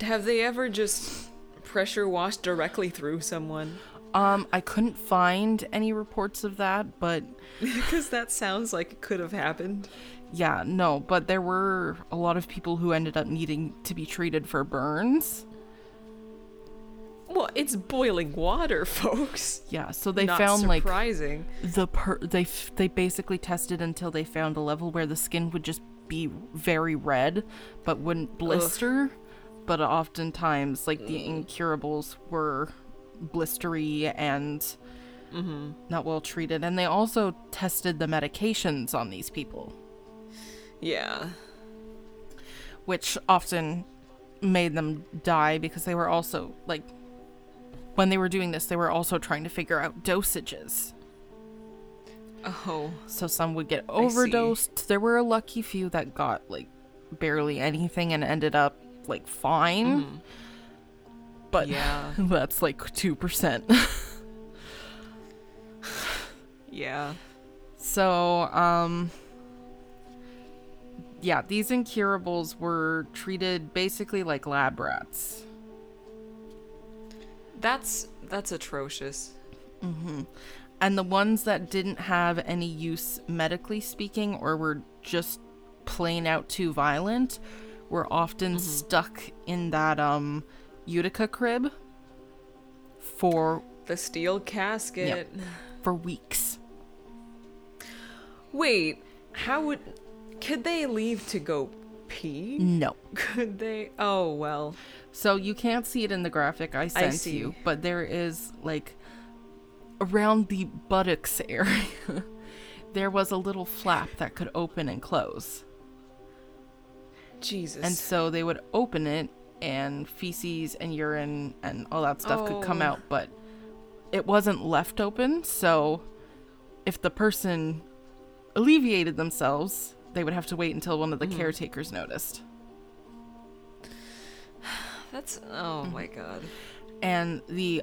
B: have they ever just pressure washed directly through someone?
A: um, I couldn't find any reports of that, but
B: Because that sounds like it could have happened.
A: yeah, no, but there were a lot of people who ended up needing to be treated for burns.
B: Well, it's boiling water, folks.
A: Yeah, so they
B: Not
A: found like
B: surprising.
A: the per- they f- they basically tested until they found a level where the skin would just be very red but wouldn't blister but oftentimes like the incurables were blistery and not well treated and they also tested the medications on these people
B: Yeah.
A: which often made them die because they were also like when they were doing this they were also trying to figure out dosages
B: Oh.
A: So some would get
B: I see.
A: overdosed. There were a lucky few that got like barely anything and ended up like
B: hmm.
A: fine. But
B: Yeah.
A: that's like 2%.
B: Yeah.
A: so, um yeah, these incurables were treated basically like lab rats.
B: That's that's atrocious.
A: And the ones that didn't have any use medically speaking or were just plain out too violent were often
B: Mm-hmm.
A: stuck in that um Utica crib for
B: The steel casket.
A: for weeks.
B: Wait, how would could they leave to go pee?
A: No.
B: Could they? Oh, well.
A: So you can't see it in the graphic I sent you,
B: see.
A: but there is like around the buttocks area there was a little flap that could open and close.
B: Jesus.
A: And so they would open it, and feces and urine and all that stuff could come
B: Oh.
A: out, but it wasn't left open. So if the person alleviated themselves, they would have to wait until one of the caretakers noticed.
B: That's oh
A: Mm.
B: my god.
A: And the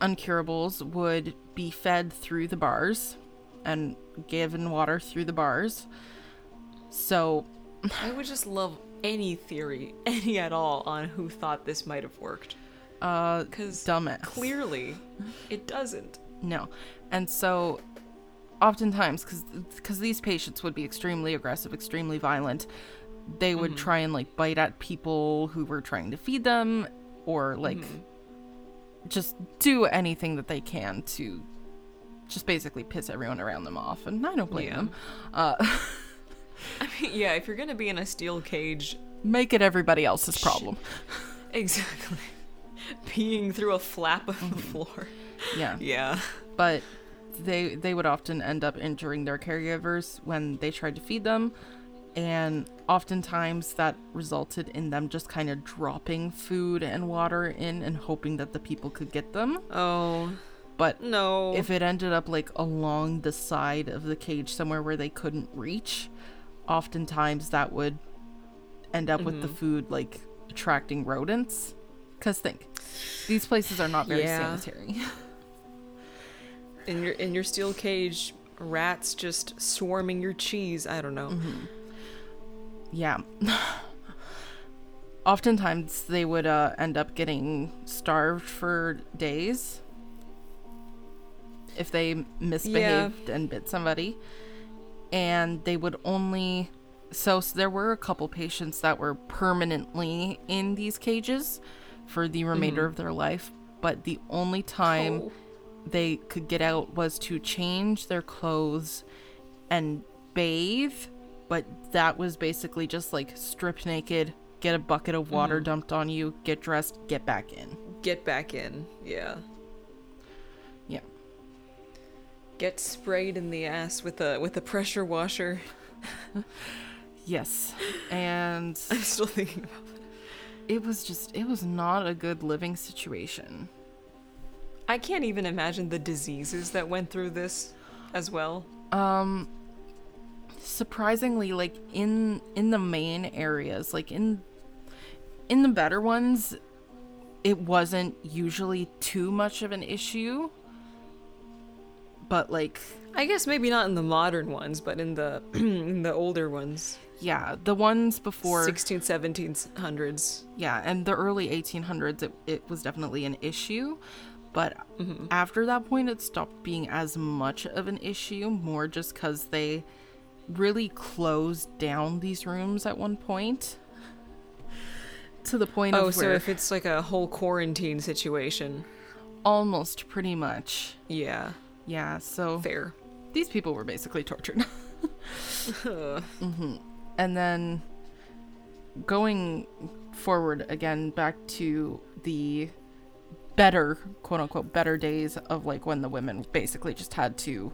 A: uncurables would be fed through the bars and given water through the bars. So
B: I would just love any theory, any at all, on who thought this might have worked.
A: uh,
B: Because
A: dumbass.
B: clearly, it doesn't.
A: No. And so oftentimes cuz cuz these patients would be extremely aggressive, extremely violent, they would try and like bite at people who were trying to feed them or like just do anything that they can to just basically piss everyone around them off and I don't blame
B: Yeah.
A: them. Uh,
B: I mean, yeah, if you're gonna be in a steel cage,
A: make it everybody else's problem.
B: exactly. Peeing through a flap of the floor.
A: Yeah.
B: Yeah.
A: but they they would often end up injuring their caregivers when they tried to feed them and oftentimes that resulted in them just kind of dropping food and water in and hoping that the people could get them
B: Oh
A: but
B: no.
A: if it ended up like along the side of the cage somewhere where they couldn't reach oftentimes that would end up with the
B: Mm-hmm.
A: food like attracting rodents because think these places are not very
B: Yeah.
A: sanitary
B: in your in your steel cage, rats just swarming your cheese. I don't know.
A: Yeah. Oftentimes they would uh, end up getting starved for days if they misbehaved and bit somebody. And they would only. So, so there were a couple patients that were permanently in these cages for the remainder of their life, but the only time
B: Oh.
A: they could get out was to change their clothes and bathe, but that was basically just like stripped naked, get a bucket of water dumped on you, get dressed, get back in.
B: Get back in. Yeah.
A: Yeah.
B: Get sprayed in the ass with a with a pressure washer.
A: Yes. And
B: I'm still thinking about
A: it was just it was not a good living situation.
B: I can't even imagine the diseases that went through this as well.
A: um surprisingly like in in the main areas like in in the better ones it wasn't usually too much of an issue but like
B: I guess maybe not in the modern ones, but in the in the older ones.
A: yeah the ones before
B: 16, 1700s.
A: yeah and the early 1800s it, it was definitely an issue but
B: Mm-hmm.
A: after that point it stopped being as much of an issue more just because they really closed down these rooms at one point to the point
B: Oh,
A: of
B: so
A: where
B: if it's like a whole quarantine situation.
A: almost pretty much
B: Yeah,
A: yeah so
B: fair.
A: these people were basically tortured Mm-hmm. and then going forward again back to the better quote unquote better days of like when the women basically just had to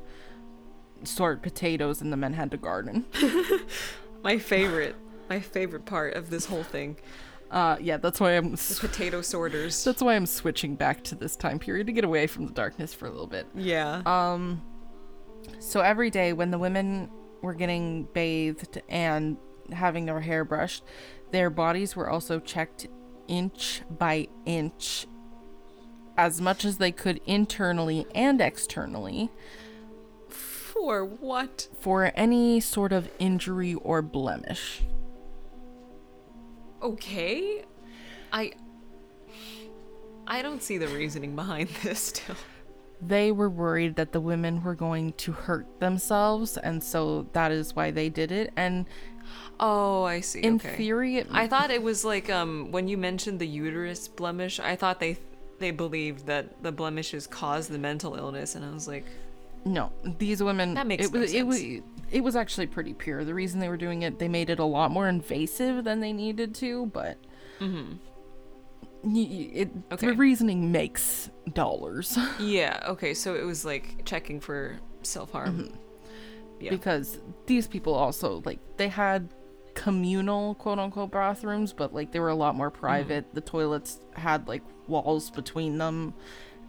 A: sort potatoes and the men had to garden
B: My favorite, my favorite part of this whole thing,
A: uh yeah that's why i'm
B: the
A: sw-
B: potato sorters.
A: that's why i'm switching back to this time period to get away from the darkness for a little bit
B: yeah.
A: Um, so every day when the women were getting bathed and having their hair brushed, their bodies were also checked inch by inch as much as they could internally and externally
B: For what?
A: for any sort of injury or blemish.
B: Okay. I I don't see the reasoning behind this still.
A: They were worried that the women were going to hurt themselves, and so that is why they did it. And
B: Oh, I see.
A: in
B: okay.
A: theory, it
B: I thought it was like um when you mentioned the uterus blemish, I thought they they believed that the blemishes caused the mental illness and I was like,
A: No, these women.
B: That makes
A: it
B: no
A: was, It was, it was actually pretty pure. The reason they were doing it, they made it a lot more invasive than they needed to, but. Y- y- It,
B: Mm-hmm. Okay.
A: The reasoning makes dollars
B: yeah, okay, so it was like checking for self-harm.
A: Mm-hmm.
B: Yeah.
A: because these people also, like, they had communal quote unquote bathrooms, but, like, they were a lot more
B: Mm-hmm.
A: private. The toilets had, like, walls between them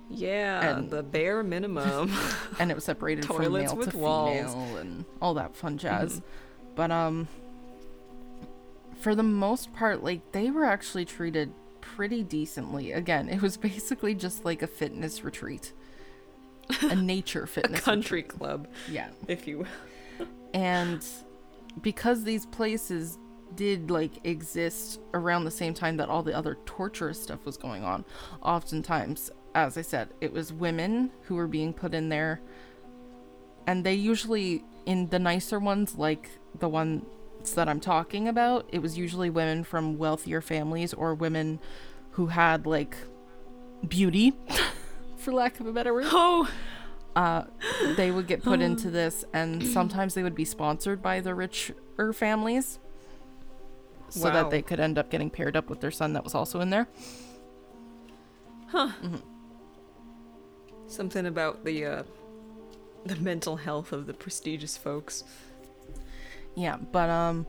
B: Yeah,
A: And-
B: the bare minimum.
A: and it was separated from
B: Toilets
A: male
B: with
A: to
B: walls. Mm-hmm.
A: female and all that fun jazz. But um for the most part like they were actually treated pretty decently. Again, it was basically just like a fitness retreat. A nature fitness
B: Country club,
A: retreat. Yeah.
B: if you will.
A: And because these places did like exist around the same time that all the other torturous stuff was going on, oftentimes, as I said, it was women who were being put in there. And they usually, in the nicer ones, like the ones that I'm talking about, it was usually women from wealthier families or women who had like beauty, for lack of a better word
B: Oh,
A: uh, they would get put into this, and sometimes they would be sponsored by the richer families so
B: Wow.
A: that they could end up getting paired up with their son that was also in there.
B: something about the uh the mental health of the prestigious folks.
A: Yeah, but um,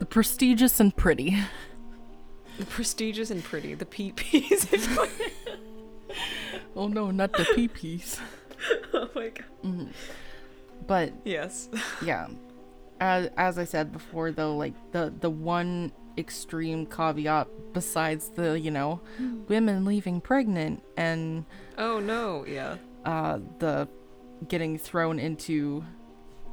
A: the prestigious and pretty.
B: The prestigious and pretty, the PPs. if you
A: oh no, not the peepees.
B: Oh my god.
A: Mm-hmm. But
B: Yes.
A: yeah, as, as I said before, though, like the the one extreme caveat besides the you know women leaving pregnant and
B: Oh no, yeah.
A: uh, the getting thrown into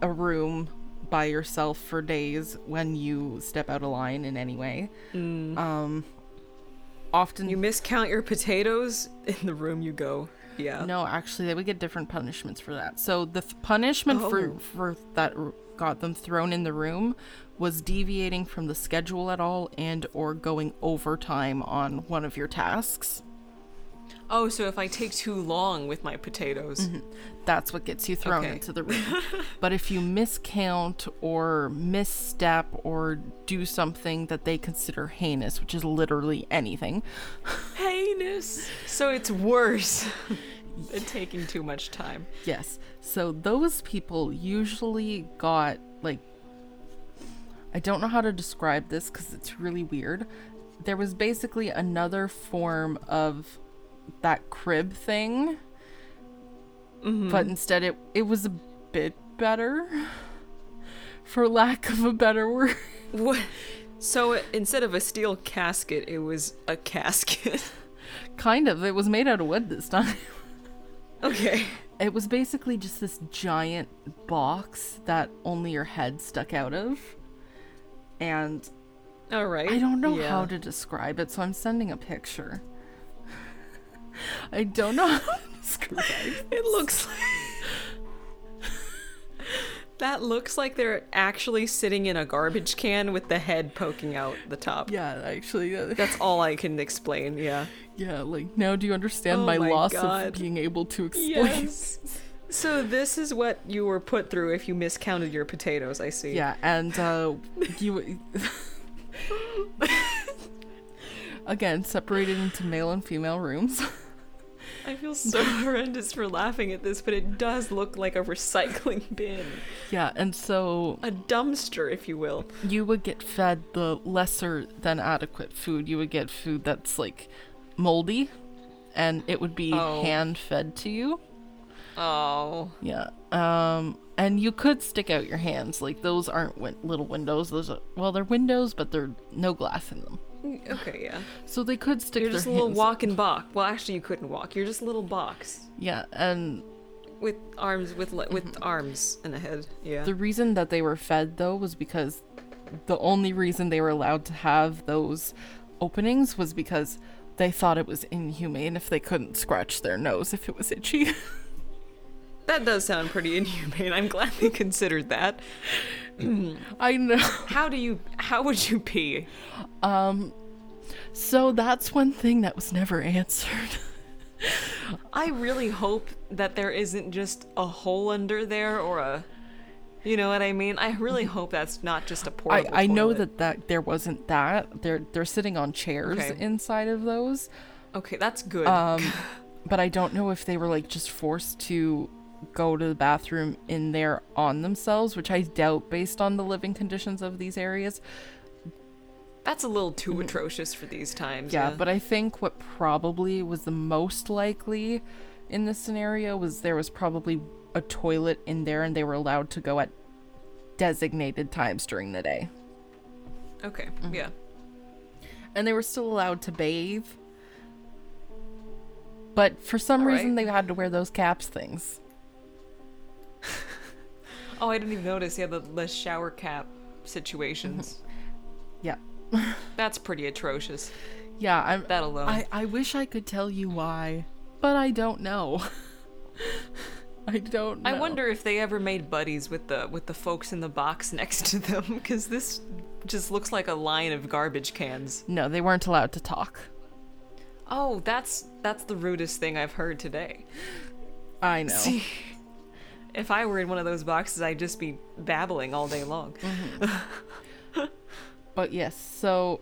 A: a room by yourself for days when you step out of line in any way. Um, often,
B: Mm. You miscount your potatoes in the room you go. Yeah.
A: no, actually, they would get different punishments for that. So the th- punishment
B: Oh.
A: for for that r- got them thrown in the room was deviating from the schedule at all and or going overtime on one of your tasks.
B: Oh, so if I take too long with my
A: Mm-hmm.
B: potatoes.
A: That's what gets you thrown
B: Okay.
A: into the room. but if you miscount or misstep or do something that they consider heinous, which is literally anything,
B: Heinous. So it's worse than taking too much time.
A: Yes. So those people usually got like I don't know how to describe this cuz it's really weird. There was basically another form of that crib thing. But instead it it was a bit better for lack of a better word.
B: What? So instead of a steel casket, it was a casket.
A: kind of. It was made out of wood this time.
B: okay.
A: It was basically just this giant box that only your head stuck out of. And
B: All right.
A: I don't know
B: Yeah.
A: how to describe it, so I'm sending a picture. I don't know how to describe
B: It looks like. that looks like they're actually sitting in a garbage can with the head poking out the top.
A: Yeah, actually. uh,
B: That's all I can explain, yeah.
A: yeah, like now do you understand
B: Oh
A: my,
B: my
A: loss
B: God.
A: of being able to explain?
B: Yes. So this is what you were put through if you miscounted your potatoes, I see.
A: Yeah, and uh, you. Again, separated into male and female rooms.
B: I feel so horrendous for laughing at this, but it does look like a recycling bin.
A: Yeah, and so
B: A dumpster, if you will.
A: you would get fed the lesser than adequate food. You would get food that's like moldy and it would be
B: Oh.
A: hand fed to you.
B: Oh.
A: Yeah. Um and you could stick out your hands. Like those aren't win- little windows. Those are well, they're windows, but they're no glass in them.
B: Mm, Okay, yeah.
A: So they could stick
B: You're
A: their
B: just a little
A: hands.
B: walking box. Well, actually, you couldn't walk. You're just a little box
A: Yeah, and
B: with arms with le- with
A: Mm-hmm.
B: arms and a head. Yeah.
A: the reason that they were fed though was because the only reason they were allowed to have those openings was because they thought it was inhumane if they couldn't scratch their nose if it was itchy.
B: That does sound pretty inhumane. I'm glad they considered that.
A: I know.
B: How do you? How would you pee?
A: Um, So that's one thing that was never answered.
B: I really hope that there isn't just a hole under there or a. You know what I mean? I really hope that's not just a
A: Mm-hmm. I,
B: portable.
A: I know
B: toilet.
A: that, that there wasn't that. They're they're sitting on chairs
B: Okay.
A: inside of those.
B: Okay, that's good.
A: Um but I don't know if they were like just forced to go to the bathroom in there on themselves, which I doubt based on the living conditions of these areas.
B: that's a little too atrocious for these times.
A: mm. Yeah, but I think what probably was the most likely in this scenario was there was probably a toilet in there and they were allowed to go at designated times during the day.
B: okay,
A: mm-hmm.
B: yeah.
A: and they were still allowed to bathe. But for some
B: All
A: reason,
B: right.
A: they had to wear those caps things.
B: Oh, I didn't even notice. Yeah, the, the shower cap situations.
A: Mm-hmm. Yeah,
B: That's pretty atrocious.
A: yeah. I'm.
B: That alone.
A: I I wish I could tell you why, but I don't know. I don't. Know.
B: I wonder if they ever made buddies with the with the folks in the box next to them because this just looks like a line of garbage cans.
A: No, they weren't allowed to talk.
B: Oh, that's that's the rudest thing I've heard today.
A: I know.
B: See, if I were in one of those boxes, I'd just be babbling all day long.
A: Mm-hmm. But yes, so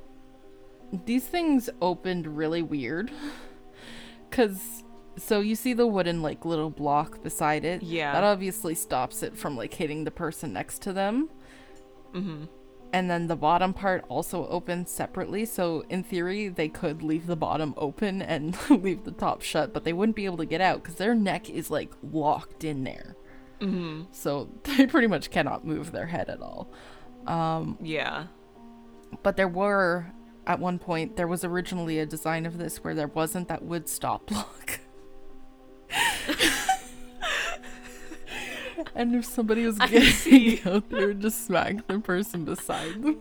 A: these things opened really weird. Cause so you see the wooden like little block beside it.
B: Yeah.
A: That obviously stops it from like hitting the person next to them. Mm-hmm. And then the bottom part also opens separately. So in theory, they could leave the bottom open and leave the top shut, but they wouldn't be able to get out because their neck is like locked in there. Mm-hmm. So they pretty much cannot move their head at all
B: Yeah.
A: but there were at one point there was originally a design of this where there wasn't that wood stop block and if somebody was
B: see.
A: getting out they would just smack the person beside them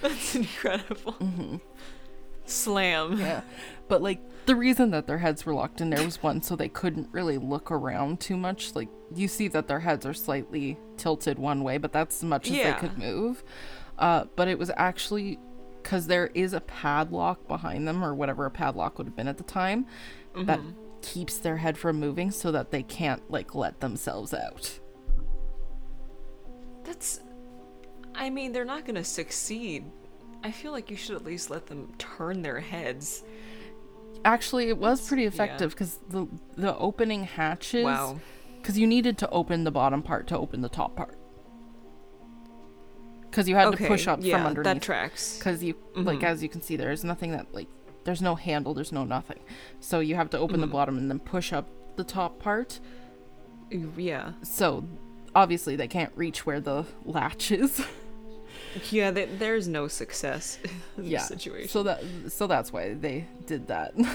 B: That's incredible.
A: Mm-hmm.
B: Slam.
A: yeah but like the reason that their heads were locked in there was one so they couldn't really look around too much like you see that their heads are slightly tilted one way but that's as much as
B: Yeah.
A: they could move uh, but it was actually because there is a padlock behind them or whatever a padlock would have been at the time that
B: Mm-hmm.
A: keeps their head from moving so that they can't like let themselves out.
B: That's. I mean, they're not gonna succeed. I feel like you should at least let them turn their heads.
A: Actually, it was pretty effective because the the opening hatches.
B: Wow.
A: Because you needed to open the bottom part to open the top part. Because you had to push up
B: yeah,
A: from
B: That Mm-hmm.
A: underneath.
B: tracks.
A: Because you, like, as you can see, there's nothing that like, there's no handle, there's no nothing. So you have to open the
B: Mm-hmm.
A: bottom and then push up the top part.
B: Yeah.
A: So obviously they can't reach where the latch is.
B: Yeah, th- there's no success in
A: yeah.
B: this situation.
A: So that so that's why they did that.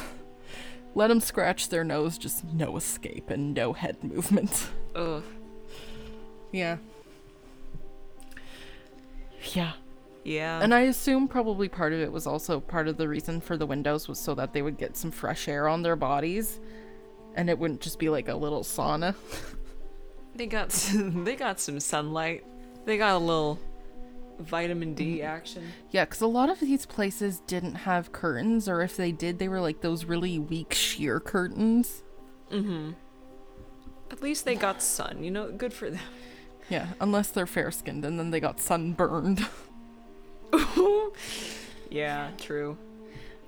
A: Let them scratch their nose, just no escape and no head movement.
B: Ugh.
A: Yeah. Yeah.
B: Yeah.
A: And I assume probably part of it was also part of the reason for the windows was so that they would get some fresh air on their bodies and it wouldn't just be like a little sauna.
B: they got s- they got some sunlight. They got a little vitamin D
A: Mm-hmm.
B: action.
A: Yeah, because a lot of these places didn't have curtains, or if they did, they were like those really weak sheer curtains.
B: At least they got sun. You know, good for them.
A: Yeah, unless they're fair skinned and then they got sunburned.
B: yeah, true.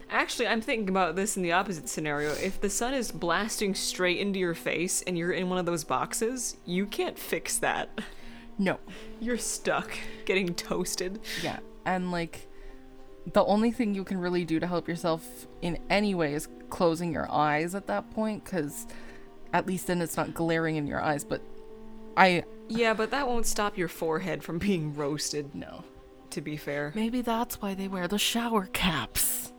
B: Actually, I'm thinking about this in the opposite scenario. If the sun is blasting straight into your face and you're in one of those boxes, you can't fix that.
A: no.
B: You're stuck getting toasted.
A: Yeah, and like the only thing you can really do to help yourself in any way is closing your eyes at that point, because at least then it's not glaring in your eyes. But I.
B: Yeah, but that won't stop your forehead from being roasted,
A: No.
B: to be fair.
A: Maybe that's why they wear the shower caps.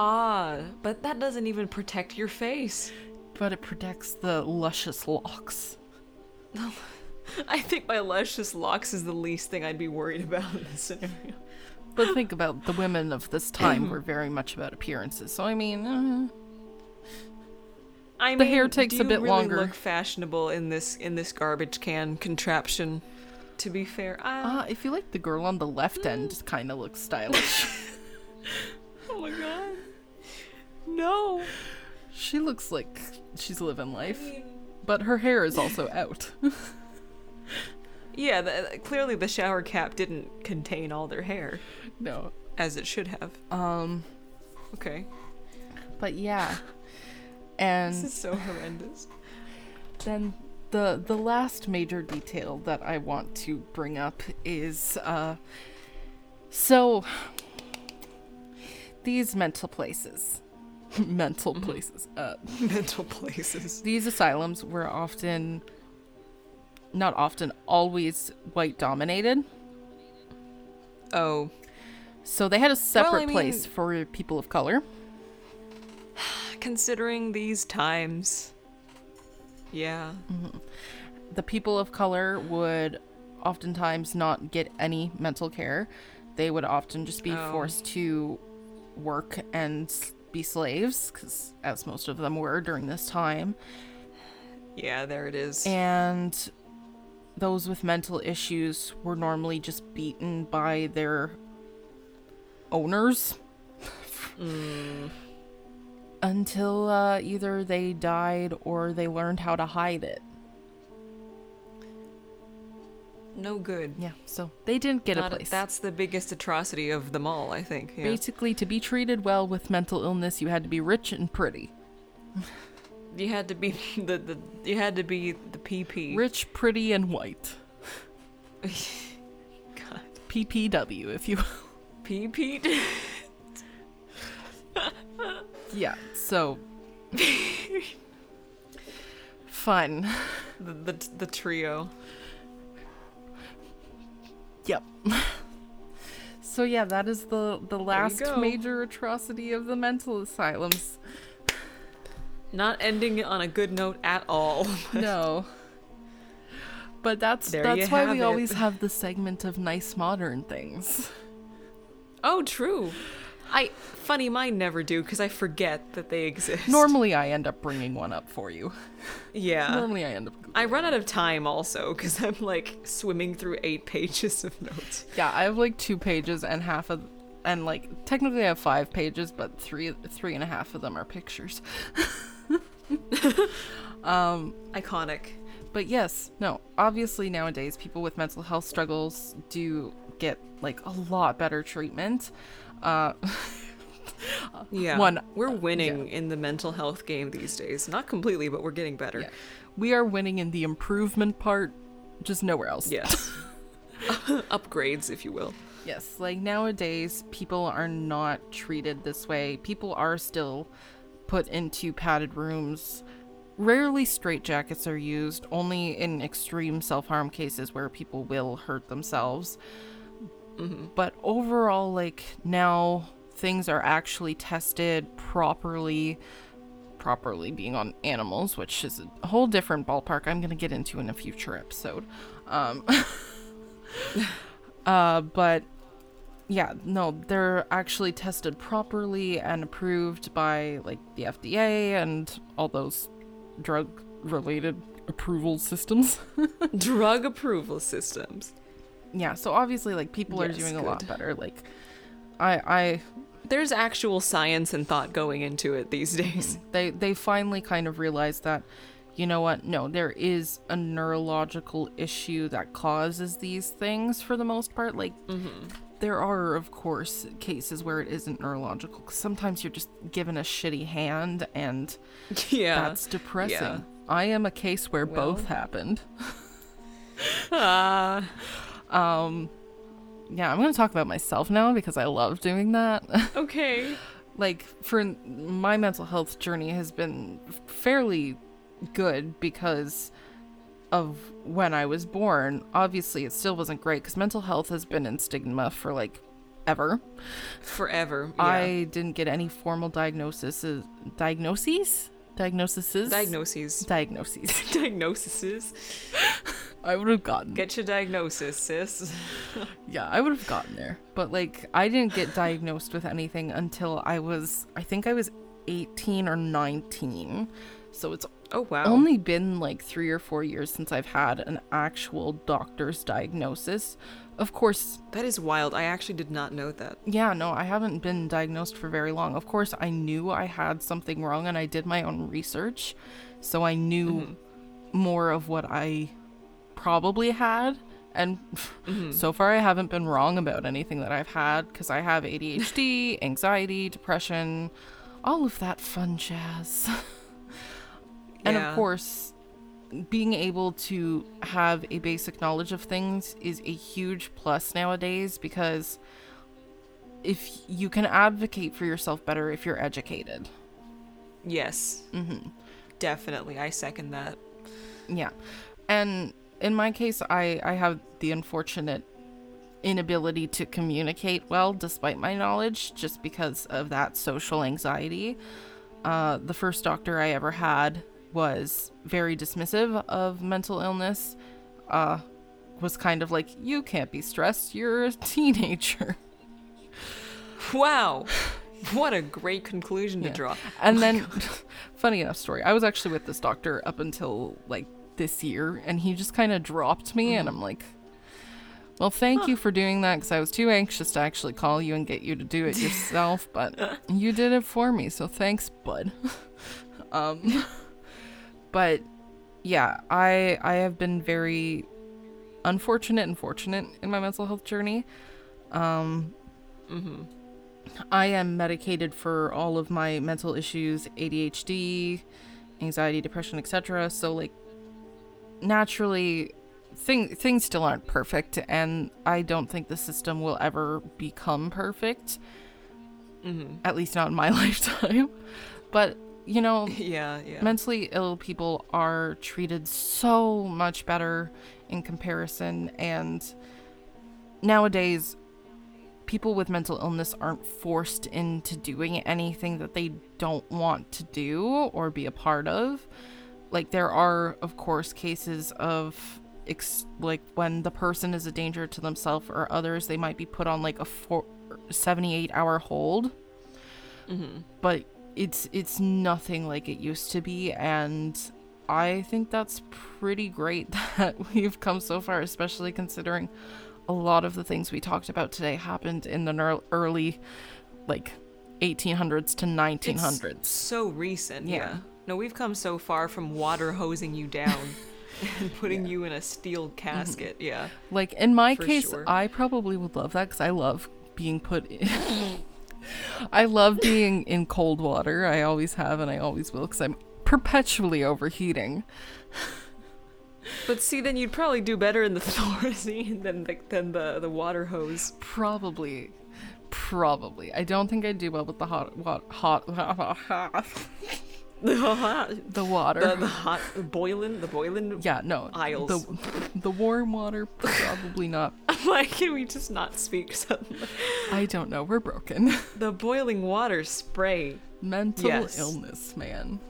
B: Ah, but that doesn't even protect your face.
A: But it protects the luscious locks.
B: I think my luscious locks is the least thing I'd be worried about in this scenario.
A: But think about the women of this time were very much about appearances. So I mean, uh,
B: I mean,
A: The hair takes
B: do
A: a
B: you
A: bit
B: really
A: longer.
B: Look fashionable in this in this garbage can contraption. To be fair, I,
A: ah, I feel like the girl on the left end kind of looks stylish.
B: oh my god, no.
A: she looks like she's living life,
B: I mean,
A: but her hair is also out.
B: yeah, the, clearly the shower cap didn't contain all their hair
A: no,
B: as it should have.
A: um,
B: Okay,
A: but yeah,
B: this
A: and
B: is so horrendous.
A: then the the last major detail that I want to bring up is uh, so these mental places, mental
B: Mm-hmm.
A: places, uh.
B: Mental places.
A: These asylums were often, not often, always white dominated.
B: Oh,
A: So they had a separate
B: I
A: place
B: mean-
A: for people of color.
B: considering these times. Yeah.
A: Mm. The people of color would oftentimes not get any mental care. They would often just be
B: Oh.
A: forced to work and s- be slaves, 'cause- as most of them were during this time.
B: Yeah, there it is.
A: And those with mental issues were normally just beaten by their owners
B: Mm.
A: until uh, either they died or they learned how to hide it.
B: no good.
A: Yeah, so they didn't get
B: Not-
A: a place.
B: That's the biggest atrocity of them all, I think. Yeah.
A: Basically, to be treated well with mental illness, you had to be rich and pretty.
B: You had to be the, the you had to be the PP.
A: Rich, pretty, and white.
B: God.
A: PPW, if you will.
B: PP.
A: Yeah, so. Fun.
B: the, the the trio.
A: Yep. so yeah, that is the the last
B: go.
A: major atrocity of the mental asylums.
B: Not ending it on a good note at all.
A: no. But that's
B: There you
A: that's why
B: have
A: we
B: it.
A: always have the segment of nice modern things.
B: oh, true. I funny mine never do because I forget that they exist.
A: Normally I end up bringing one up for you.
B: Yeah.
A: Normally I end up
B: I run out of time also because I'm like swimming through eight pages of notes.
A: Yeah, I have like two pages and half of and like technically I have five pages, but three three and a half of them are pictures.
B: Iconic.
A: But yes, no, obviously nowadays people with mental health struggles do get like a lot better treatment. Uh,
B: Yeah.
A: One-
B: We're winning in the mental health game these days. Not completely, but we're getting better.
A: yeah. We are winning in the improvement part, just nowhere else.
B: Yes. Upgrades, if you will.
A: Yes, like nowadays, people are not treated this way. People are still put into padded rooms. Rarely straitjackets are used, only in extreme self harm cases where people will hurt themselves. But overall, like now, things are actually tested properly. Properly being on animals, which is a whole different ballpark I'm going to get into in a future episode. Um, uh, but yeah, no, they're actually tested properly and approved by like the FDA and all those drug related approval systems.
B: Drug approval systems.
A: yeah, so obviously like people
B: Yes,
A: are doing a lot
B: good.
A: better. Like I I
B: There's actual science and thought going into it these days.
A: they they finally kind of realized that you know what no there is a neurological issue that causes these things for the most part like
B: Mm-hmm.
A: there are of course cases where it isn't neurological 'cause sometimes you're just given a shitty hand and
B: Uh-huh. yeah.
A: that's depressing i am a case where
B: Well.
A: both happened
B: Ah.
A: Um, yeah i'm going to talk about myself now because i love doing that
B: okay.
A: like for my mental health journey has been fairly good because of when I was born. Obviously, it still wasn't great because mental health has been in stigma for like ever.
B: Forever. Yeah.
A: I didn't get any formal diagnosis diagnoses diagnoses
B: diagnoses.
A: diagnoses.
B: Diagnoses.
A: I would have gotten
B: Get your diagnosis, sis.
A: Yeah, I would have gotten there. But like I didn't get diagnosed with anything until I was I think I was 18 or 19. So it's
B: Oh wow.
A: only been like three or four years since I've had an actual doctor's diagnosis. Of course,
B: that is wild. I actually did not know that.
A: yeah, no, I haven't been diagnosed for very long. Of course, I knew I had something wrong and I did my own research. So I knew more of what I probably had. And so far, I haven't been wrong about anything that I've had because I have ADHD, anxiety, depression, all of that fun jazz. And
B: Yeah.
A: of course, being able to have a basic knowledge of things is a huge plus nowadays because if you can advocate for yourself better if you're educated.
B: Yes. Mm-hmm. Definitely. I second that.
A: Yeah. And in my case, I, I have the unfortunate inability to communicate well despite my knowledge just because of that social anxiety. Uh, the first doctor I ever had was very dismissive of mental illness, uh, was kind of like, You can't be stressed, you're a teenager.
B: Wow. What a great conclusion to draw.
A: And then, funny enough story, I was actually with this doctor up until like this year, and he just kind of dropped me, and I'm like, well, thank you for doing that because I was too anxious to actually call you and get you to do it yourself, but you did it for me, so thanks, bud. um, but yeah, I I have been very unfortunate and fortunate in my mental health journey.
B: Mm-hmm.
A: I am medicated for all of my mental issues, ADHD, anxiety, depression, etc. So like naturally thing things still aren't perfect and I don't think the system will ever become perfect.
B: Mm-hmm.
A: At least not in my lifetime. But you know,
B: Yeah, yeah.
A: mentally ill people are treated so much better in comparison and nowadays people with mental illness aren't forced into doing anything that they don't want to do or be a part of like there are of course cases of ex- like when the person is a danger to themselves or others they might be put on like a four- 78 hour hold
B: Mm-hmm.
A: but it's it's nothing like it used to be and I think that's pretty great that we've come so far especially considering a lot of the things we talked about today happened in the ner- early, like, 1800s to 1900s.
B: It's so recent. Yeah.
A: Yeah.
B: No, we've come so far from water hosing you down and putting you in a steel casket. Yeah.
A: Like in my
B: For
A: case,
B: sure.
A: I probably would love that because I love being put. in... I love being in cold water. I always have, and I always will, because I'm perpetually overheating.
B: But see, then you'd probably do better in the Thorazine than the, than the, the water hose.
A: Probably, probably. I don't think I do well with the hot, wa- hot,
B: the hot,
A: the water.
B: the, the hot boiling, the boiling.
A: yeah, no.
B: Aisles.
A: The, the warm water, probably not.
B: Why can we just not speak suddenly?
A: I don't know. We're broken.
B: The boiling water spray.
A: mental
B: Yes.
A: illness man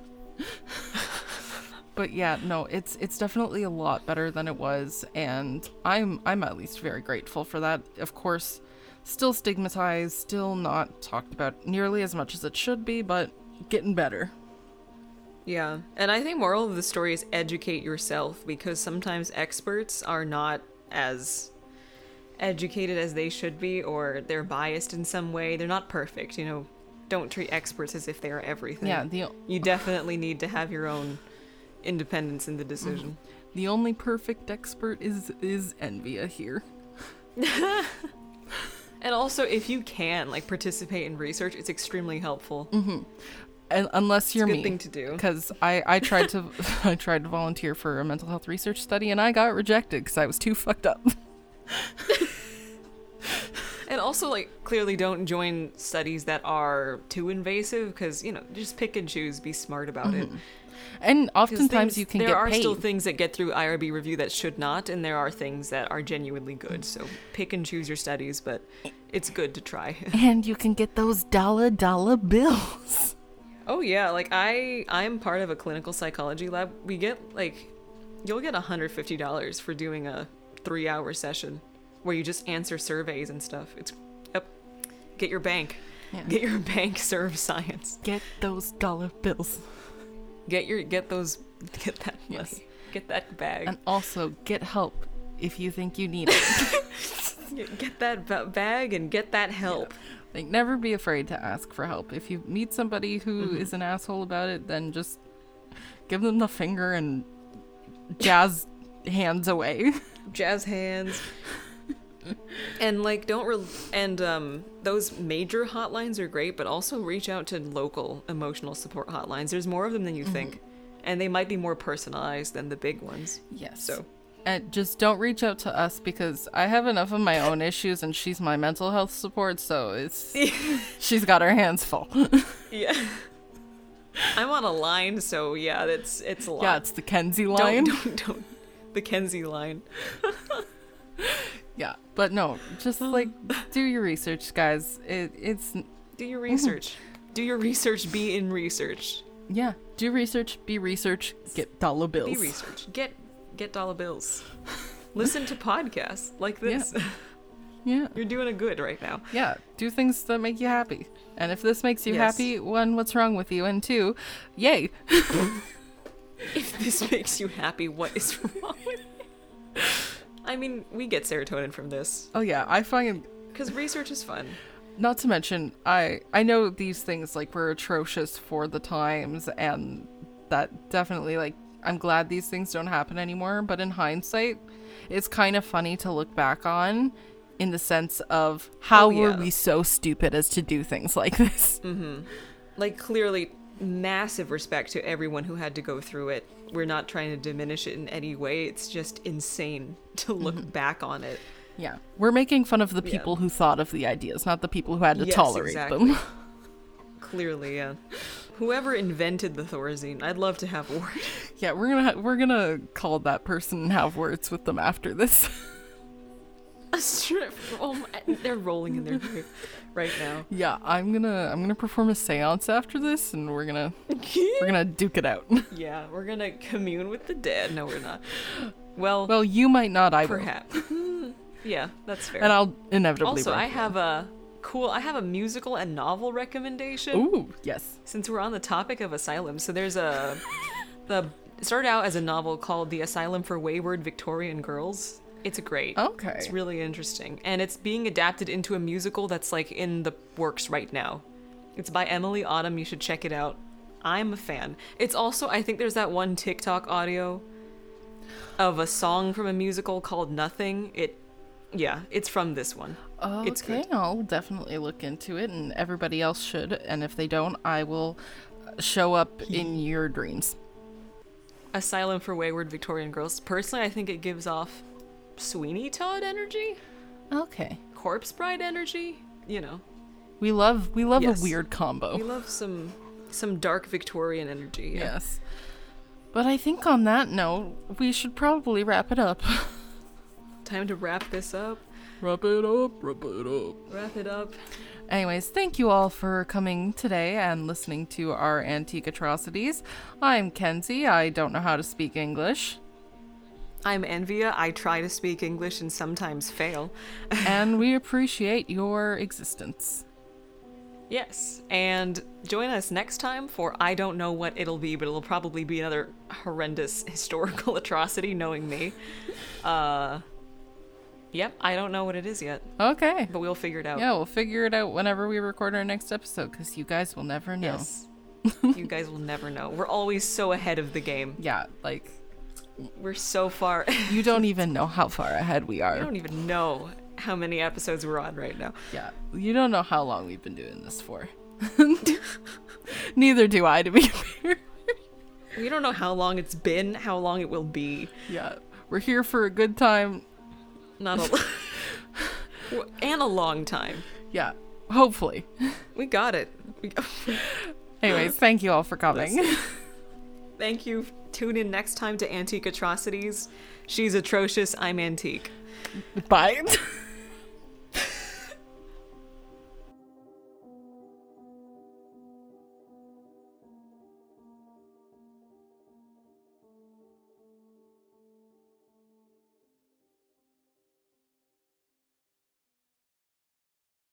A: but yeah no it's it's definitely a lot better than it was and i'm i'm at least very grateful for that of course still stigmatized still not talked about nearly as much as it should be but getting better
B: Yeah. And I think moral of the story is educate yourself because sometimes experts are not as educated as they should be or they're biased in some way. They're not perfect, you know. Don't treat experts as if they are everything.
A: yeah the
B: You definitely need to have your own independence in the
A: Mm-hmm.
B: decision.
A: the only perfect expert is is envia here
B: And also, if you can, like, participate in research, it's extremely helpful.
A: and unless you're
B: Good
A: Mm-hmm. me
B: thing to do.
A: because I, I tried to I tried to volunteer for a mental health research study and I got rejected because I was too fucked up.
B: And also, like, clearly don't join studies that are too invasive because, you know, just pick and choose, be smart about
A: Mm-hmm.
B: it.
A: And
B: 'Cause
A: oftentimes
B: things-
A: you can
B: there
A: get
B: are
A: paid.
B: still things that get through IRB review that should not, and there are things that are genuinely good. So pick and choose your studies, but it's good to try.
A: and you can get those dollar dollar bills.
B: oh yeah, like I I'm part of a clinical psychology lab. We get like you'll get $150 for doing a 3-hour session where you just answer surveys and stuff. It's yep. Get your bank.
A: Yeah.
B: Get your bank serve science.
A: Get those dollar bills.
B: Get your get those get that money.
A: Yes.
B: Get that bag.
A: And also get help if you think you need it.
B: Get that ba- bag and get that help.
A: like never be afraid to ask for help. If you meet somebody who
B: Mm-hmm.
A: is an asshole about it, then just give them the finger and jazz hands away.
B: jazz hands and like don't re- and um those major hotlines are great but also reach out to local emotional support hotlines there's more of them than you think and they might be more personalized than the big ones
A: Yes.
B: so
A: And just don't reach out to us because I have enough of my own issues and she's my mental health support, so it's she's got her hands full.
B: yeah i'm on a line so yeah that's it's a lot
A: yeah, it's the Kenzie
B: Don't-
A: line.
B: don't don't, the kenzie line
A: Yeah, but no, just
B: Oh.
A: like do your research, guys. It, it's
B: do your
A: Mm-hmm.
B: research do your research be in research
A: yeah, do research, be research, get dollar bills.
B: be research get get dollar bills listen to podcasts like this
A: Yeah,
B: You're doing a good right now.
A: yeah, do things that make you happy. And if this makes you
B: Yes.
A: happy, one, what's wrong with you? And two, yay.
B: If this makes you happy, what is wrong with you? I mean, we get serotonin from this
A: Oh yeah, I find
B: because research is fun.
A: Not to mention, I I know these things like were atrocious for the times, and that definitely like I'm glad these things don't happen anymore. But in hindsight, it's kind of funny to look back on, in the sense of how
B: Oh,
A: were
B: yeah. Mm-hmm.
A: we so stupid as to do things like this?
B: Like, clearly, massive respect to everyone who had to go through it. We're not trying to diminish it in any way. It's just insane to look back on it.
A: Yeah, we're making fun of the
B: Yeah.
A: people who thought of the ideas, not the people who had to
B: Yes,
A: tolerate
B: exactly.
A: them.
B: Clearly, yeah. Whoever invented the Thorazine, I'd love to have a word.
A: yeah, we're gonna ha- we're gonna call that person and have words with them after this.
B: A strip. Oh my, they're rolling in their grave right now.
A: yeah, I'm gonna I'm gonna perform a séance after this, and we're gonna. We're gonna duke it out.
B: Yeah, we're gonna commune with the dead. No, we're not. Well,
A: Well, you might not. I will,
B: perhaps. yeah, that's fair.
A: and I'll inevitably.
B: also,
A: run
B: I
A: through
B: have a cool. I have a musical and novel recommendation
A: it. Ooh, yes.
B: since we're on the topic of asylum. So there's a the it started out as a novel called The Asylum for Wayward Victorian Girls. It's great.
A: Okay.
B: It's really interesting. And it's being adapted into a musical that's like in the works right now. It's by Emily Autumn. You should check it out. I'm a fan. It's also, I think there's that one TikTok audio of a song from a musical called Nothing. It, yeah, it's from this one.
A: Okay,
B: It's good.
A: I'll definitely look into it, and everybody else should. And if they don't, I will show up in your dreams.
B: Asylum for Wayward Victorian Girls. Personally, I think it gives off Sweeney Todd energy,
A: Okay,
B: Corpse Bride energy, you know.
A: we love we love
B: Yes.
A: a weird
B: We
A: combo.
B: love some some dark Victorian energy. yeah.
A: Yes, but I think on that note, we should probably wrap it up.
B: Time to wrap this up.
A: wrap it up. Wrap it up.
B: Wrap it up.
A: Anyways, thank you all for coming today and listening to our antique atrocities. I'm Kenzie. I don't know how to speak English.
B: I'm Envia. I try to speak English and sometimes fail.
A: and we appreciate your existence.
B: Yes. And join us next time for I don't know what it'll be, but it'll probably be another horrendous historical atrocity, knowing me. Uh, yep, I don't know what it is yet,
A: Okay.
B: but we'll figure it out.
A: Yeah, we'll figure it out whenever we record our next episode because you guys will never know.
B: Yes. you guys will never know. We're always so ahead of the game.
A: Yeah, like
B: We're so far. I
A: you don't even know how far ahead we are.
B: don't even know how many episodes we're on right now.
A: yeah, you don't know how long we've been doing this for. Neither do I, to be fair.
B: We don't know how long it's been, how long it will be.
A: Yeah, we're here for a good time.
B: Not a and a long time.
A: Yeah, hopefully.
B: We got it. We-
A: Anyways, thank you all for coming.
B: Thank you. Tune in next time to Antique Atrocities. She's atrocious. I'm antique.
A: Bye.